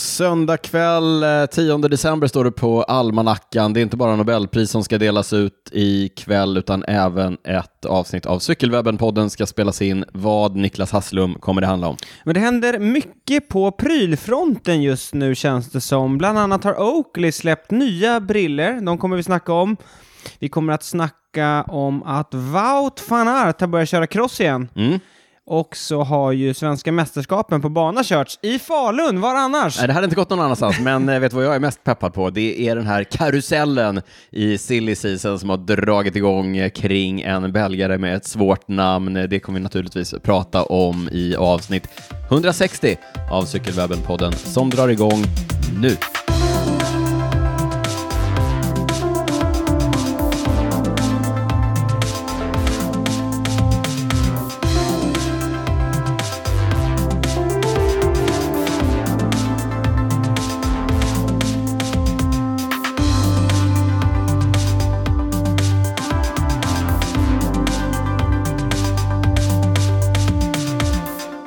Söndag kväll eh, 10 december står det på almanackan. Det är inte bara Nobelpris som ska delas ut ikväll utan även ett avsnitt av Cykelwebben-podden ska spelas in. Vad, Niklas Hasslum, kommer det handla om? Men det händer mycket på prylfronten just nu känns det som. Bland annat har Oakley släppt nya briller. de kommer vi snacka om. Vi kommer att snacka om att Wout van Aert har börjat köra cross igen. Mm. Och så har ju svenska mästerskapen på bana körts i Falun, var annars? Nej, det hade inte gått någon annanstans, men eh, vet du vad jag är mest peppad på? Det är den här karusellen i silly season som har dragit igång eh, kring en belgare med ett svårt namn. Det kommer vi naturligtvis prata om i avsnitt 160 av Cykelwebben-podden som drar igång nu.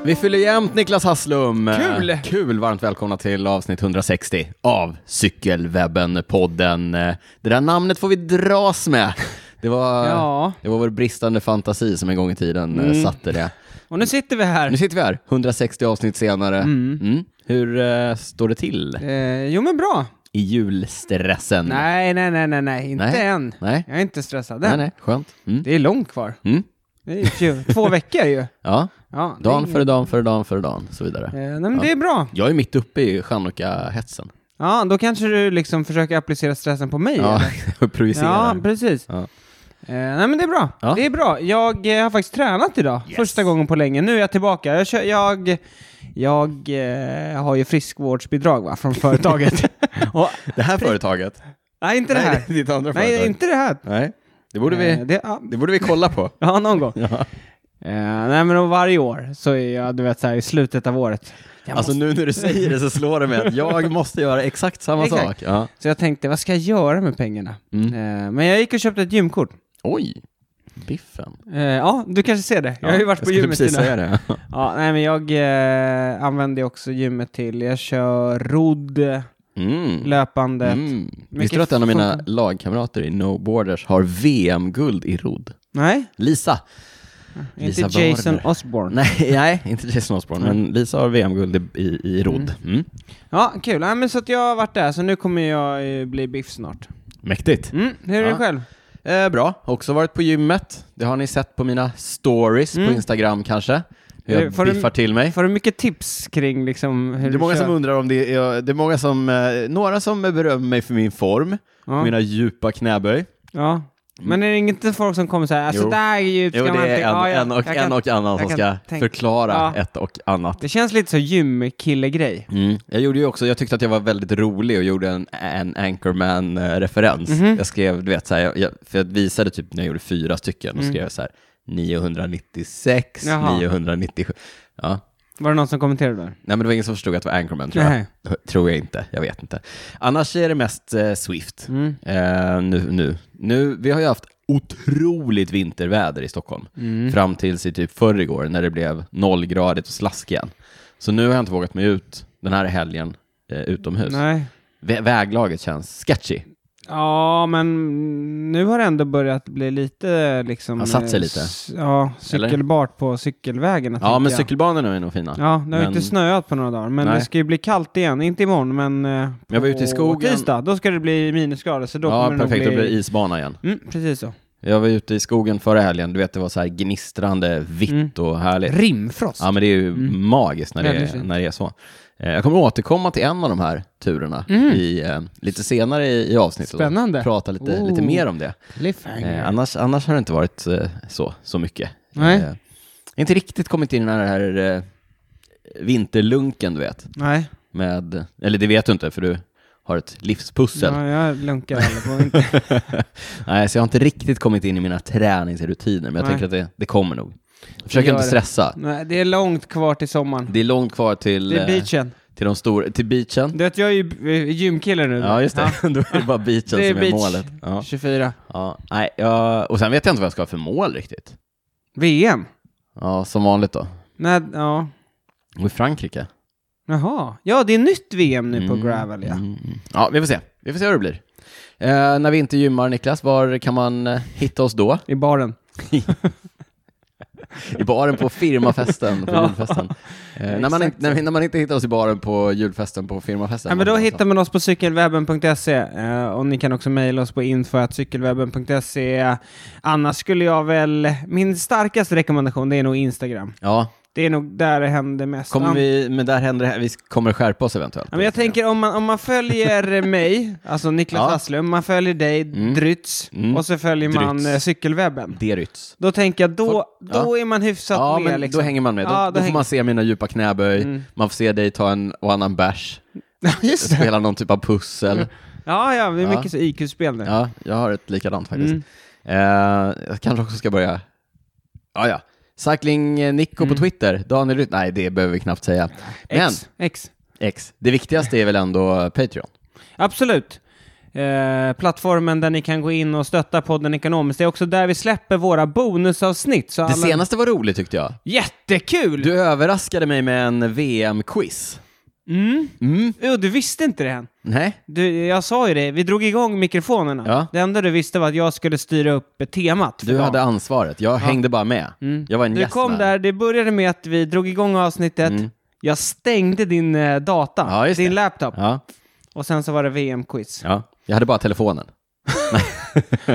Vi fyller jämnt Niklas Hasslum. Kul! Eh, Kul! Varmt välkomna till avsnitt 160 av Cykelwebben-podden. Eh, Det där namnet får vi dras med. Det var, Ja. Mm. det var vår bristande fantasi som en gång i tiden eh, satte det. Och nu sitter vi Nu här. sitter vi här, 160 avsnitt senare. Mm. Hur eh, står det till Eh, jo men bra. i julstressen? Nej, nej, nej, nej, nej, inte Mm. Nej. än. Nej. Jag är inte stressad nej, än. nej. Skönt. Mm. Det är långt kvar. Mm. Det är ju tju- två veckor ju. Ja, Ja, det är dan ingen- före dan före dan före dan, så vidare. Eh, nej, men det är bra. Jag är mitt uppe i chanukka-hetsen. Ja, då kanske du liksom försöker applicera stressen på mig. Ja, eller? jag projicerar. ja precis. Ja. Eh, nej men det är bra. Ja. Det är bra. Jag eh, har faktiskt tränat idag. Första gången på länge. Nu är jag tillbaka. Jag, kör, jag, jag eh, har ju friskvårdsbidrag va, från företaget. Och, Det här företaget? nej, inte det här. Nej, ditt andra Nej, företag. inte det här. Nej, det borde, Eh, vi, det, ja, det borde vi kolla på. ja, någon gång. Ja. Eh, nej men och varje år så är jag, du vet, så här, i slutet av året. Jag Alltså nu när du säger det så slår det mig att jag måste göra exakt samma Exakt. sak. Ja. Så jag tänkte, vad ska jag göra med pengarna? Mm. Eh, men jag gick och köpte ett gymkort. Oj, biffen. Eh, ja, du kanske ser det. Jag har ju varit på skulle gymmet precis innan. säga det. Ja, nej men jag eh, använder ju också gymmet till, jag kör rodd, Mm. löpande. Mm. Visste du Mycket att en av mina funkar. lagkamrater i No Borders har VM-guld i rodd? Nej, Lisa. inte Lisa Jason Warner. Osborne. Nej, nej, inte Jason Osborne, men Lisa har VM-guld i, i, i rodd. Mm. Ja, kul. Nej, men så att jag har varit där, så nu kommer jag eh, bli biff snart. Mäktigt. Mm, hur är Ja. det själv? Eh, bra, också varit på gymmet. Det har ni sett på mina stories på Mm. Instagram kanske. Hur Eh, jag får du- biffar till mig. Får du mycket tips kring liksom hur Det är många du som undrar om det är, det är många som, eh, några som berömmer mig för min form, ja. Typ mina djupa knäböj. ja. Men är det inte folk som kommer så här, alltså Jo. där är djupt Jo, kan man det inte... är en, ja, jag- en, och, jag kan- en och annan jag som kan ska tänka- förklara Ja. ett och annat. Det känns lite så gymkille-grej. Mm. Jag gjorde ju också, jag tyckte att jag var väldigt rolig och gjorde en, en Anchorman-referens. Mhm. Jag skrev, du vet, så här, jag, jag, för jag visade typ när jag gjorde fyra stycken, och skrev jag så här 996, Mm. Jaha. 997. Ja. Var det någon som kommenterade där? Nej men det var ingen som förstod att det var Anchorman tror jag. Nej. Tror jag inte, jag vet inte. Annars är det mest eh, Swift. Mm. Eh, nu, nu. nu, vi har ju haft otroligt vinterväder i Stockholm. Mm. Fram tills i typ förr igår när det blev nollgradigt och slask igen. Så nu har jag inte vågat mig ut den här helgen eh, utomhus. Nej. Vä- väglaget känns sketchy. Ja, men nu har det ändå börjat bli lite liksom... Har satt sig eh, lite. s- Ja, cykelbart på cykelvägarna. Ja, men tänker jag. cykelbanorna är nog fina. Ja, det har ju men- inte snöat på några dagar, men Nej. det ska ju bli kallt igen. Inte imorgon, men eh, på Jag var ute i skogen. tisdag. Då ska det bli minusgrader, så då ja kommer perfekt. Då det nog blir det bli... isbana igen. Mm, precis så. Jag var ute i skogen förra helgen. Du vet, det var så här gnistrande vitt Mm. och härligt. Rimfrost. Ja, men det är ju magiskt när det Mm. Väldigt är, fint. när det är så. Eh, Jag kommer återkomma till en av de här turerna i, eh, lite senare i, i avsnittet. och Mm. Spännande. Prata lite, Oh. lite mer om det. Cliffhanger. Eh, annars, annars har det inte varit eh, så, så mycket. Nej. Eh, inte riktigt kommit in i den här eh, vinterlunken, du vet. Nej, Med, eller det vet du inte, för du har ett livspussel. ja, jag lunkar aldrig på. Inte. Nej, så jag har inte riktigt kommit in i mina träningsrutiner, men jag Nej. tänker att det, det kommer nog. Jag försöker gör inte det. stressa. Nej, det är långt kvar till sommaren. Det är långt kvar till, Det är eh, beachen. till, de stora, till beachen. Du vet, jag är ju eh, gymkille nu. Ja, just det. Då är det bara beachen Det är som är beach. målet. Ja. 24. Ja. Nej, ja. Och sen vet jag inte vad jag ska ha för mål riktigt. VM? Ja, som vanligt då. Nej, ja. Och i Frankrike. Jaha. Ja, det är nytt VM nu på Gravel, ja. Mm. Ja, vi får se. Vi får se hur det blir. Eh, när vi inte gymmar, Niklas, var kan man eh, hitta oss då? I baren. I baren på firmafesten, på julfesten. Eh, när, man, inte- när, vi- när man inte hittar oss i baren på julfesten, på firmafesten. Alltså. Ja, men då man- hittar man oss på cykelwebben.se eh, och ni kan också mejla oss på info.cykelwebben.se. Annars skulle jag väl, min starkaste rekommendation det är nog Instagram. Ja, Det är nog där det händer mest. kommer An- vi, men där händer det, här- vi kommer skärpa oss eventuellt. Ja, men jag tänker om man, om man följer mig, alltså Niklas Ja. Hasslum, man följer dig, Drytz, Mm. och så följer man Drytz. eh, cykelwebben. Det rytts. Då tänker jag, då, Ja. då är man hyfsat Ja, med. men liksom. då hänger man med. Då, Ja, då då får hänger- Mm. man se mina djupa knäböj, man får se dig ta en och annan bärs, spela någon typ av pussel. Ja, ja, det är Ja. mycket så IQ-spel nu. Ja, jag har ett likadant faktiskt. Mm. Eh, jag kanske också ska börja... Ja, ja. Cycling eh, Nico på Twitter. Daniel Rytt. Nej, det behöver vi knappt säga. Men, Mm. X, X. X. Det viktigaste är väl ändå Patreon. Absolut. Eh, plattformen där ni kan gå in och stötta podden ekonomiskt. Det är också där vi släpper våra bonusavsnitt. Så Det alla... senaste var roligt tyckte jag. Jättekul! Du överraskade mig med en VM-quiz. Mm. Mm. Jo, du visste inte det än. Nej. Du, jag sa ju det, vi drog igång mikrofonerna. Ja. Det enda du visste var att jag skulle styra upp temat. för Du dagen. hade ansvaret. Jag hängde bara med. Jag var en Mm. Du gäst kom med. där, det började med att vi drog igång avsnittet. Jag stängde din eh, data, Ja, just din det. laptop. Ja. Och sen så var det VM-quiz. ja. Jag hade bara telefonen.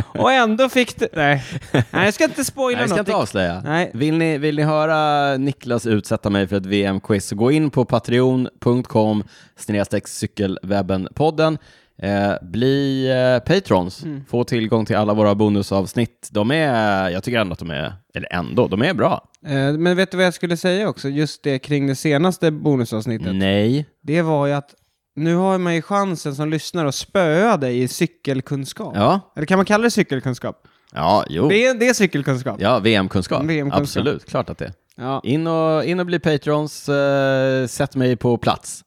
Och ändå fick du... Nej. Nej, jag ska inte spoila Nej, jag ska något. inte avslöja. Nej. Vill, ni, vill ni höra Niklas utsätta mig för ett VM-quiz så gå in på patreon.com snedstreck cykelwebbenpodden. Eh, bli eh, patrons, Mm. få tillgång till alla våra bonusavsnitt. De är, jag tycker ändå att de är, eller ändå, de är bra. Eh, Men vet du vad jag skulle säga också? Just det kring det senaste bonusavsnittet. Mm. Nej. Det var ju att nu har man ju chansen som lyssnar att spöa dig i cykelkunskap. Ja, Eller kan man kalla det cykelkunskap? ja, jo. Det är, det är cykelkunskap. Ja, VM-kunskap. VM-kunskap. Absolut, klart att det är. Ja. In och, in och bli patrons, eh, sätt mig på plats.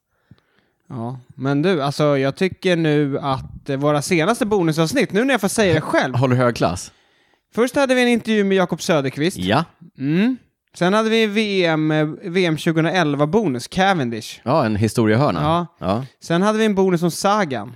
ja. Men du, alltså jag tycker nu att eh, våra senaste bonusavsnitt, nu när jag får säga det själv. Håller hög klass? Först hade vi en intervju med Jakob Söderqvist. Ja. Mm. Sen hade vi VM, eh, VM 2011-bonus, Cavendish. Ja, en historiehörna. Ja. Ja. Sen hade vi en bonus om Sagan.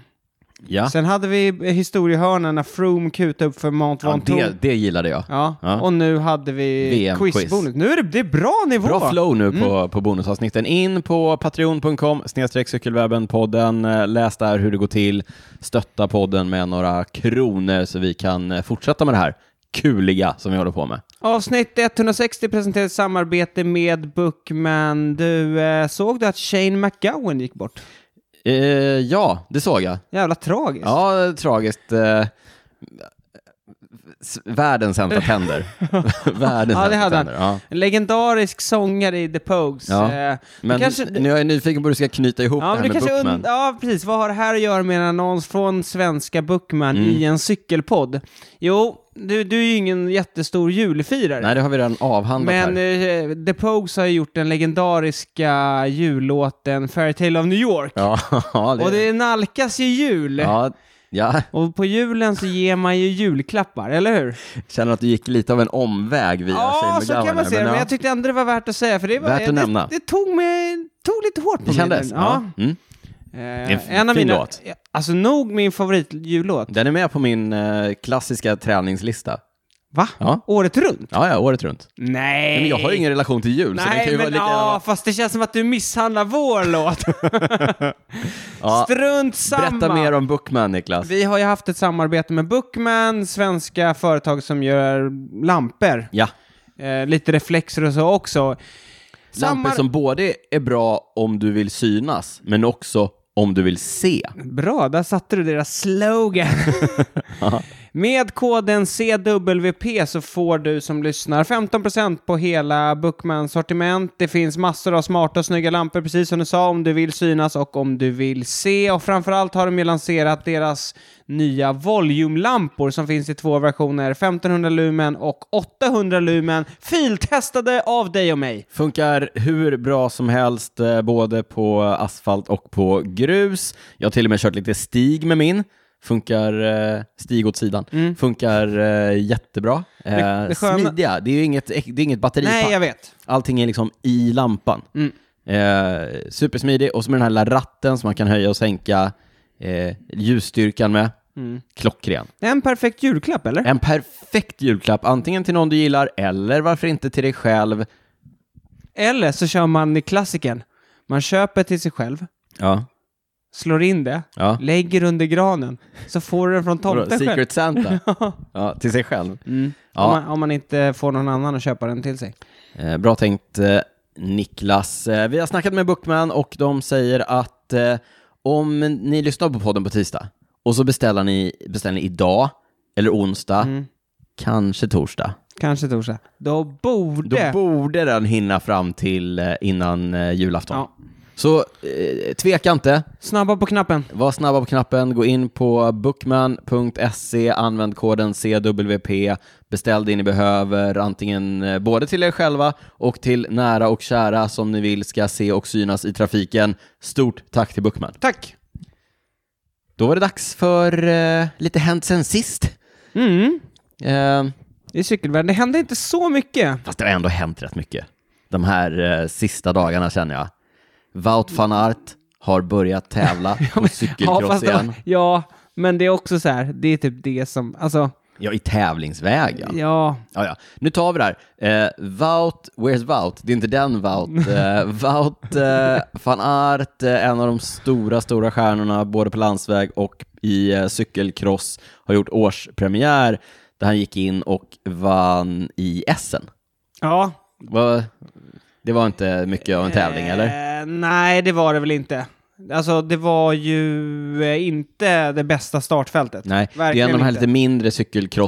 ja. Sen hade vi eh, historiehörnan när Froome kutade upp för Mount Ja, Ventoux. Ja, det, det gillade jag. Ja. och nu hade vi VM-quiz. quizbonus. Nu är det, det är bra nivå! Bra flow nu Mm. på, på bonusavsnitten. In på patreon.com snedstreck cykelwebben-podden. Eh, Läs där hur det går till. Stötta podden med några kronor så vi kan eh, fortsätta med det här kuliga som vi håller på med. Avsnitt 160 presenterar ett samarbete med Bookman. Du, eh, såg du att Shane McGowan gick bort? Eh, ja, det såg jag. Jävla tragiskt. Ja, eh, tragiskt. Eh, s- världens sämsta tänder. världens Ja, det sämsta hade han. tänder. Ja. En legendarisk sångare i The Pogues. Ja. Eh, Men kanske- nu är jag nyfiken på hur du ska knyta ihop Ja, det men här du med kanske Bookman. und- ja, precis. Vad har det här att göra med en annons från svenska Bookman i Mm. en cykelpodd? Jo, du, du är ju ingen jättestor julfirare. Nej, det har vi redan avhandlat Men här. eh, The Pogues har ju gjort den legendariska jullåten Fairytale of New York. Ja, Och det nalkas ju jul. Ja, ja, Och på julen så ger man ju julklappar, eller hur? känner att du gick lite av en omväg via Ja, Shane så kan McGowan man här, se det. Men ja, jag tyckte ändå det var värt att säga, för det, var, Värt att det, nämna. det tog, mig, tog lite hårt på det mig. kändes. den. Ja. Mm. Eh, fin en av mina, låt. Alltså nog min favoritjullåt. Den är med på min eh, klassiska träningslista. Va? Ja. Året runt? Ja, ja, året runt. Nej! Men jag har ju ingen relation till jul, så den Nej, kan ju vara men lika ja, gärna... fast det känns som att du misshandlar vår låt. Ja, Strunt samma. berätta mer om Bookman, Niklas. Vi har ju haft ett samarbete med Bookman, svenska företag som gör lampor. Ja, Eh, lite reflexer och så också. lampor Samar- som både är bra om du vill synas, men också om du vill se. Bra, där satte du deras slogan. Med koden CWP så får du som lyssnar 15% på hela Bookmans sortiment. Det finns massor av smarta och snygga lampor, precis som du sa, om du vill synas och om du vill se. Och framförallt har de ju lanserat deras nya volumlampor som finns i två versioner, 1500 lumen och 800 lumen, filtestade av dig och mig. Funkar hur bra som helst, eh, både på asfalt och på grus. Jag har till och med kört lite stig med min. Funkar eh, stig åt sidan. Funkar eh, jättebra. Eh, Mm. det sköna- Smidiga. Det är ju inget, det är inget batteripack. Nej, jag vet. Mm. Allting är liksom i lampan. Eh, supersmidig. Och så med den här lilla ratten som man kan höja och sänka eh, ljusstyrkan med. Mm. Klockren. En perfekt julklapp, eller? En perfekt julklapp, antingen till någon du gillar eller varför inte till dig själv. Eller så kör man i klassiken. Man köper till sig själv, Ja. slår in det, ja. lägger under granen, så får du den från Vadå, tomten själv. Secret Santa? ja, till sig själv. Mm. Ja. Om, man, om man inte får någon annan att köpa den till sig. Eh, bra tänkt eh, Niklas. Eh, vi har snackat med Bookman och de säger att eh, om ni lyssnar på podden på tisdag och så beställer ni, beställer ni idag eller onsdag, Mm. kanske torsdag, Kanske torsdag. Då borde... då borde den hinna fram till eh, innan eh, julafton. ja. Så eh, tveka inte, Snabba på knappen. var snabba på knappen, gå in på bookman.se, använd koden CWP, beställ det ni behöver, antingen eh, både till er själva och till nära och kära som ni vill ska se och synas i trafiken. Stort tack till Bookman. Tack! Då var det dags för eh, lite hänt sen sist. Mm. Eh, I cykelvärlden. Det hände inte så mycket. fast det har ändå hänt rätt mycket de här eh, sista dagarna känner jag. Wout van Aert har börjat tävla på cykelcross fast det igen. var, ja, men det är också så här. Det är typ det som... Alltså, Ja, i tävlingsväg ja. ja. Ja, ja. Nu tar vi det här. Eh, Wout, where's Wout? Det är inte den Wout. Eh, Wout eh, van Aert, eh, en av de stora, stora stjärnorna både på landsväg och i eh, cykelcross, har gjort årspremiär där han gick in och vann i Essen. Ja. Va? Det var inte mycket av en tävling, eller? Eh, nej, det var det väl inte. Alltså, det var ju eh, inte det bästa startfältet. Nej, det är en av de här lite mindre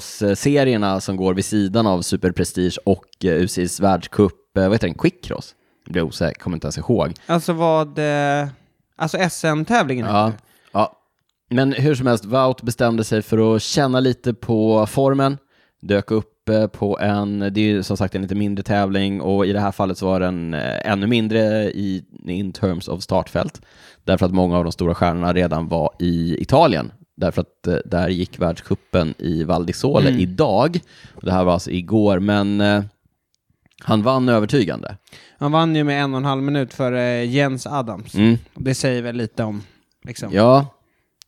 cykelcross-serierna som går vid sidan av Super Prestige och eh, UCIs världscup, eh, vad heter den, Quickcross? Jag blir osäker, kommer inte ens ihåg. Alltså vad... Eh, alltså SM-tävlingen. Ja, ja. Men hur som helst, Wout bestämde sig för att känna lite på formen, dök upp eh, på en, det är ju som sagt en lite mindre tävling och i det här fallet så var den eh, ännu mindre i in terms of startfält, därför att många av de stora stjärnorna redan var i Italien, därför att eh, där gick världscupen i Val di Sole Mm. idag, och det här var alltså igår, men eh, han vann övertygande. Han vann ju med en och en halv minut för eh, Jens Adams. Mm. Det säger väl lite om... Liksom. Ja,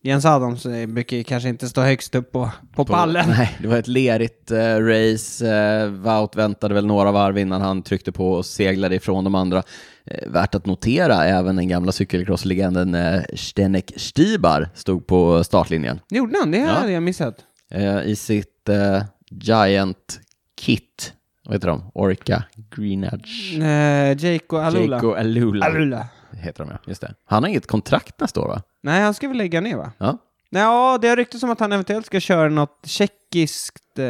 Jens Adams eh, brukar ju kanske inte stå högst upp på, på, pallen. Nej, det var ett lerigt eh, race. Eh, Wout väntade väl några varv innan han tryckte på och seglade ifrån de andra. Eh, värt att notera, även den gamla cykelcrosslegenden eh, Stenek Stibar stod på startlinjen Det gjorde han, det Ja. hade jag missat. eh, i sitt eh, Giant Kit. Vad heter de? Orca Green Edge. Eh, Jake och Alula. Jaco Alula. Alula. Heter de ja, just det. Han har inget kontrakt nästa år va? Nej, han ska väl lägga ner va? Ja. Nej, Ja, det har ryktats om att han eventuellt ska köra något tjeckiskt... Eh,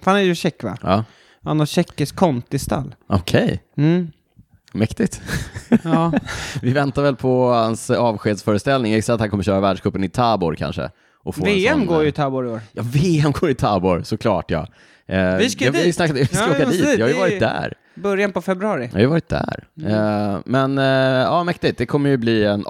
för han är ju tjeck va? Ja. Han har tjeckiskt kontistall. Okej, Mm. mäktigt. Ja. Vi väntar väl på hans avskedsföreställning. Jag gissar att han kommer köra världscupen i Tabor kanske. Och få en VM sån, går ju eh, i Tabor i år. Ja, VM går i Tabor, såklart ja. Eh, Vi ska jag, Vi, dit. snackat, vi ska Ja, åka men dit. precis, Jag har ju det är varit ju- där. Början på februari. Jag har ju varit där. Mm. Eh, men eh, ja, mäktigt. Det kommer ju bli en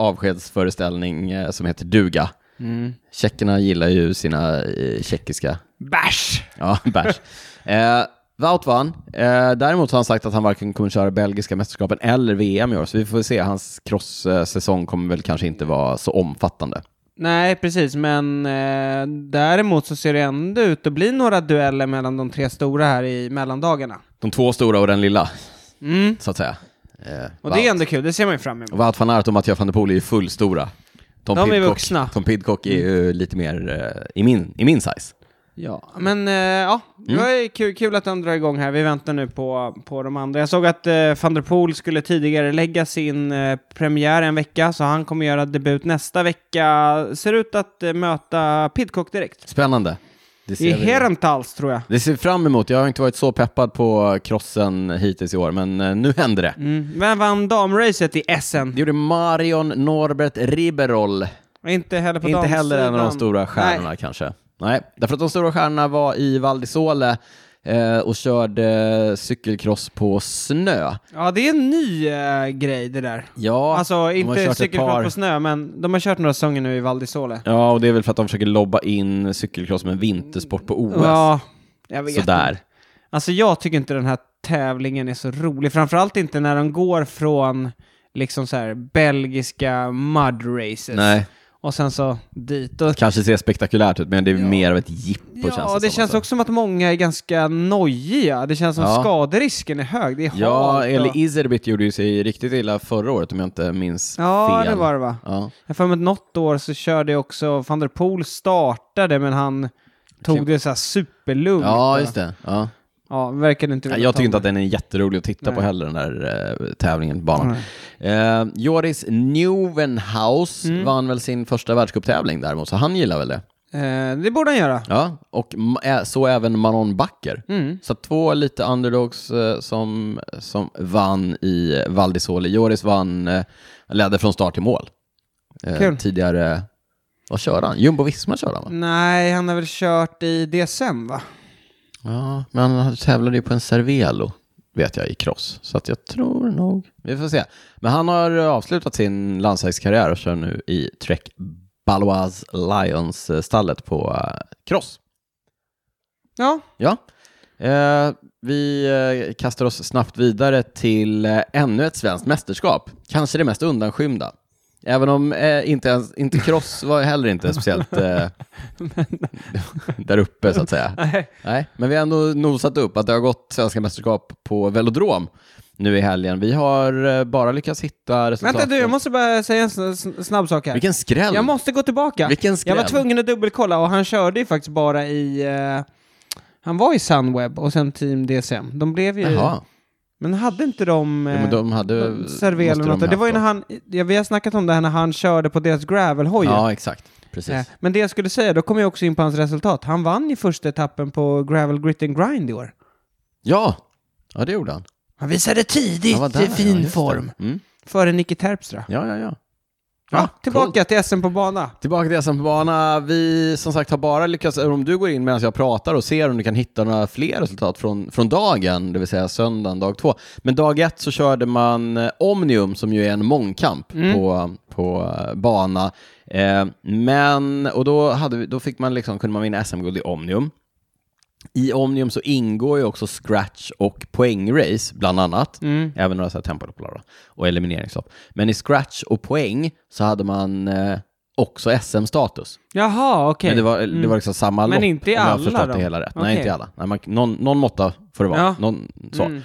avskedsföreställning eh, som heter duga. Mm. Tjeckerna gillar ju sina eh, tjeckiska Bärs! Ja, bärs. Eh, Wout vann. Eh, däremot har han sagt att han varken kommer köra belgiska mästerskapen eller VM i år, så vi får se. Hans cross-säsong kommer väl kanske inte vara så omfattande. Nej, precis, men eh, däremot så ser det ändå ut att bli några dueller mellan de tre stora här i mellandagarna. De två stora och den lilla, Mm. så att säga. Eh, Och Wout. det är ändå kul, det ser man ju fram emot. Och Wout van Aert och Mathieu van der Poel är ju fullstora. Tom De är Pidcock- vuxna. Tom Pidcock är ju lite mer eh, i, min, i min size. Ja, men eh, ja, det Mm. var ju kul, kul att de drar igång här. Vi väntar nu på, på de andra. Jag såg att eh, van der Poel skulle tidigare lägga sin eh, premiär en vecka, så han kommer göra debut nästa vecka. Ser ut att eh, möta Pidcock direkt. Spännande. Det I ser, vi. Herentals, tror jag. det ser vi fram emot. Jag har inte varit så peppad på crossen hittills i år, men eh, nu händer det. Mm. Vem vann damracet i Essen? Det gjorde Marion Norbert Riberol. Inte heller på Inte heller en av de damsidan. stora stjärnorna Nej. kanske. Nej, därför att de stora stjärnorna var i Val di Sole eh, och körde cykelcross på snö. Ja, det är en ny eh, grej det där. Ja, alltså, de har kört inte ett cykelkross par- på snö, men de har kört några säsonger nu i Val di Sole. Ja, och det är väl för att de försöker lobba in cykelcross som en vintersport på OS. Ja, jag vet Oh, Sådär. inte. Alltså jag tycker inte den här tävlingen är så rolig, framförallt inte när de går från liksom så här belgiska mud races. Nej, Och sen så dit. Och, kanske ser spektakulärt ut, men det är mer av ett jippo ja, känns det som det känns alltså. också som att många är ganska nojiga. Det känns som Ja. skaderisken är hög. Det är Ja, halt och- eller Izerbit gjorde ju sig riktigt illa förra året om jag inte minns Ja, fel. det var det va? Ja. Jag har för mig att något år så körde jag också, van der Poel startade men han tog det så här superlugnt. ja, just det. Ja. Ja, verkade inte vilja Jag ta tycker inte det. att den är jätterolig att titta Nej. på heller, den där eh, tävlingen, banan. Eh, Joris Nieuwenhaus Mm. vann väl sin första världscuptävling däremot, så han gillar väl det. Eh, det borde han göra. Ja, och ma- ä- så även Manon Backer. Mm. Så två lite underdogs eh, som, som vann i Val d'Isole. Joris vann, eh, ledde från start till mål. Eh, Kul. Tidigare, vad körde han? Jumbo-Visma körde han va? Nej, han har väl kört i DSM va? Ja, men han tävlade ju på en Cervelo, vet jag, i cross. Så att jag tror nog... Vi får se. Men han har avslutat sin landslagskarriär och kör nu i Trek Balois Lions-stallet på eh, cross. Ja, Ja. Eh, vi eh, kastar oss snabbt vidare till eh, ännu ett svenskt mästerskap. Kanske det mest undanskymda. Även om eh, inte, ens, inte cross var heller inte speciellt eh, där uppe så att säga. Nej. Nej, men vi har ändå nosat upp att det har gått svenska mästerskap på velodrom nu i helgen. Vi har eh, bara lyckats hitta resultat. vänta du, jag måste bara säga en sn- sn- snabb sak här. Vilken skräll! Jag måste gå tillbaka. Vilken jag skräll! var tvungen att dubbelkolla och han körde ju faktiskt bara i... eh, han var i Sunweb och sen Team DSM. De blev ju... Jaha, Men hade inte de... jo, men eh, de hade... De serverade måste de något. Det haft var ju när då. han, ja, vi har snackat om det här när han körde på deras gravelhoj. Ja, exakt. Precis. Eh, Men det jag skulle säga, då kommer jag också in på hans resultat. Han vann ju första etappen på Gravel Grit and Grind i år. Ja! Ja, det gjorde han. Han visade tidigt Han var där, i fin ja, just det. form. Mm. Före Nicky Terpstra. Ja, ja, ja. Ja, Ah, tillbaka coolt. till SM på bana. Tillbaka till SM på bana. Vi som sagt har bara lyckats, om du går in medan jag pratar och ser om du kan hitta några fler resultat från, från dagen, det vill säga söndagen, dag två. Men dag ett så körde man eh, Omnium som ju är en mångkamp på, på eh, bana. Eh, men, och då, hade vi, då fick man liksom, kunde man vinna SM-guld i Omnium. I Omnium så ingår ju också scratch och poängrace, bland annat. Mm. Även några så här tempolopplopp då, och elimineringslopp. Men i scratch och poäng så hade man eh, också SM-status. Jaha, okej. Mm. Men det var, det var liksom samma Men lopp, inte om i jag har alla förstått då? det hela rätt. Okej. Nej, inte i alla. Nej, man, någon, någon måtta får det vara. Ja. Någon, så. Mm.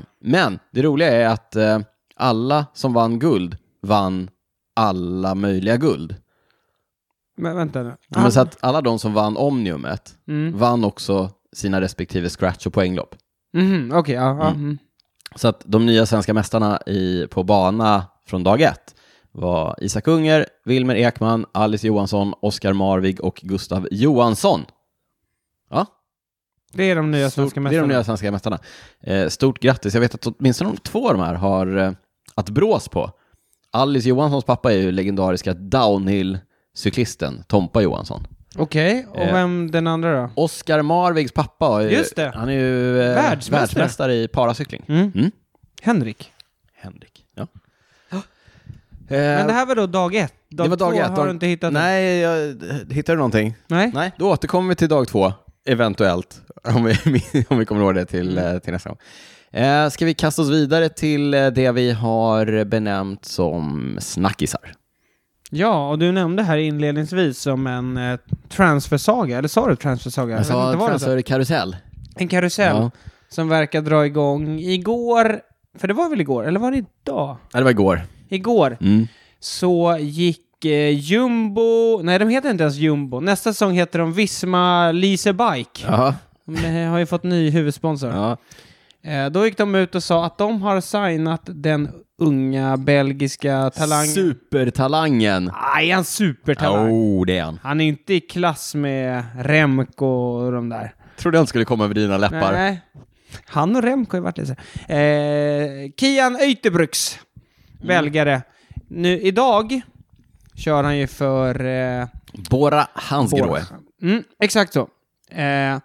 Eh, men det roliga är att eh, alla som vann guld vann alla möjliga guld. Men vänta nu. Ah. Ja, Men så att alla de som vann Omniumet Mm. vann också sina respektive scratch och poänglopp. Mhm, okej, ja. ja, mm. Så att de nya svenska mästarna i, på bana från dag ett var Isak Unger, Wilmer Ekman, Alice Johansson, Oskar Marvig och Gustav Johansson. Ja, Det är de nya stort, svenska det är de nya mästarna. svenska mästarna. Eh, stort grattis. Jag vet att åtminstone de två av de här har eh, att brås på. Alice Johanssons pappa är ju legendariska downhill-cyklisten Tompa Johansson. Okej, och Eh. vem den andra då? Oskar Marvigs pappa, har ju, Just det. han är ju eh, Världsmästare. världsmästare i paracykling. Mm. Mm. Henrik. Henrik. Ja. Eh, Men det här var då dag ett? Dag det var dag två ett. har dag- du inte hittat något? Nej, jag, hittade du någonting? Nej. Nej. Då återkommer vi till dag två, eventuellt, om vi, om vi kommer ihåg det till, Mm. eh, till nästa gång. Eh, ska vi kasta oss vidare till eh, det vi har benämnt som snackisar? Ja, och du nämnde här inledningsvis som en eh, transfersaga, eller sa du transfersaga? Jag vet inte, var det så? transfer i karusell. En karusell Ja. som verkar dra igång igår, för det var väl igår, eller var det idag? Ja, det var igår. Igår Mm. så gick eh, Jumbo, nej de heter inte ens Jumbo, nästa säsong heter de Visma Lise Bike. Ja. De eh, har ju fått ny huvudsponsor. Ja. Eh, då gick de ut och sa att de har signat den unga belgiska talangen. Supertalangen. ah, är han supertalang? oh, det är han. Han är inte i klass med Remco och de där. Trodde jag inte skulle komma över dina läppar. Nej. Han och Remco har ju varit lite så. eh, Kian Öjtebruks, belgare. Nu, idag kör han ju för... Eh, Bora Hansgrohe. Borja. mm, exakt så. Eh,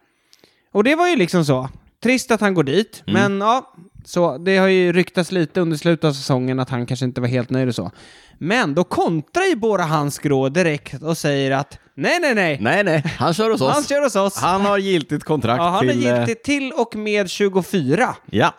och det var ju liksom så. Trist att han går dit, men ja. Så det har ju ryktats lite under slutet av säsongen att han kanske inte var helt nöjd och så. Men då kontrar ju Bora Hansgrå direkt och säger att nej, nej, nej. Nej, nej, han kör hos Han oss. kör hos oss. Han har giltigt kontrakt Ja, han är till... eh, giltigt till och med 24. Ja.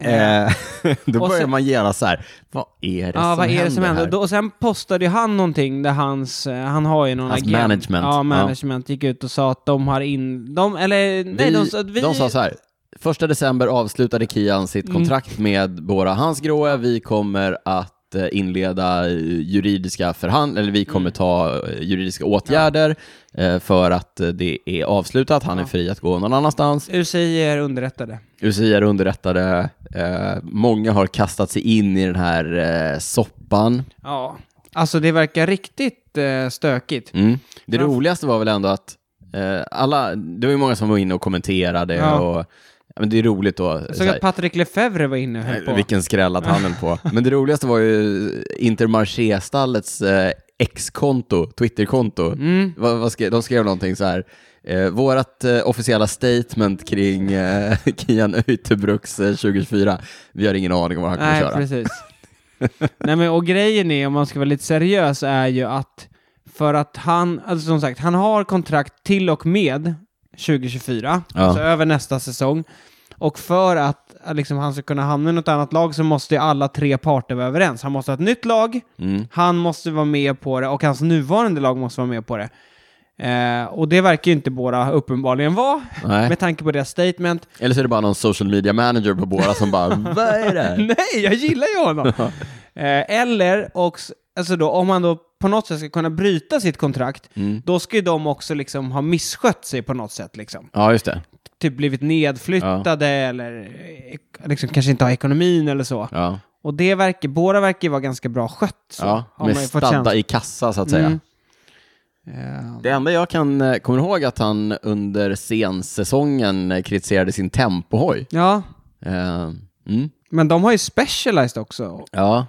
Eh, då Och börjar sen- man genast så här, vad är det Ja, som vad är det som händer händer? här? Då- Och sen postade ju han någonting där hans, eh, han har ju någon Hans agent. management. Ja, Ja. management gick ut och sa att de har in, de, eller nej, vi, de sa att vi... Mm. de sa så här, första december avslutade Kian sitt kontrakt med Bora Hansgrohe. Vi kommer att eh, inleda eh, juridiska förhandlingar, eller vi Mm. kommer ta eh, juridiska åtgärder eh, för att eh, det är avslutat. Han är fri att gå någon annanstans. UCI är underrättade. UCI är underrättade. Eh, Många har kastat sig in i den här eh, soppan. Ja, alltså det verkar riktigt eh, stökigt. Mm. Det Framför- roligaste var väl ändå att eh, alla, det var ju många som var inne och kommenterade Ja. och ja, men det är roligt då. Jag så såg här, att Patrick Lefevre var inne och höll på. vilken skräll att han höll på. Men det roligaste var ju Intermarché-stallets eh, X-konto, Twitter-konto. Mm. Vad- vad skrev- de skrev någonting så här. Eh, vårat eh, officiella statement kring eh, Kian Uitebrooks eh, 2024. Vi har ingen aning om vad han kommer Nej, köra. precis. Nej, men och grejen är, om man ska vara lite seriös, är ju att för att han, alltså som sagt, han har kontrakt till och med 2024, Ja. alltså över nästa säsong. Och för att eh, liksom, han ska kunna hamna i något annat lag så måste ju alla tre parter vara överens. Han måste ha ett nytt lag, Mm. han måste vara med på det och hans nuvarande lag måste vara med på det. Eh, och det verkar ju inte båda uppenbarligen vara, Nej. med tanke på deras statement. Eller så är det bara någon social media manager på Bora som bara, vad är det? här?" Nej, jag gillar ju honom. Eh, Eller, och, s- alltså då, om han då på något sätt ska kunna bryta sitt kontrakt, Mm. då ska ju de också liksom ha misskött sig på något sätt. Liksom. Ja, just det. Typ blivit nedflyttade eller eh, liksom, kanske inte ha ekonomin eller så. Ja. Och det verkar, båda verkar ju vara ganska bra skött. Så, Ja, har med man ju fått stadda känsla. i kassa så att säga. Mm. Eh, Det enda jag kan eh, komma ihåg att han under sensäsongen eh, kritiserade sin tempohoj. Ja, Eh, mm. men de har ju specialized också. Ja,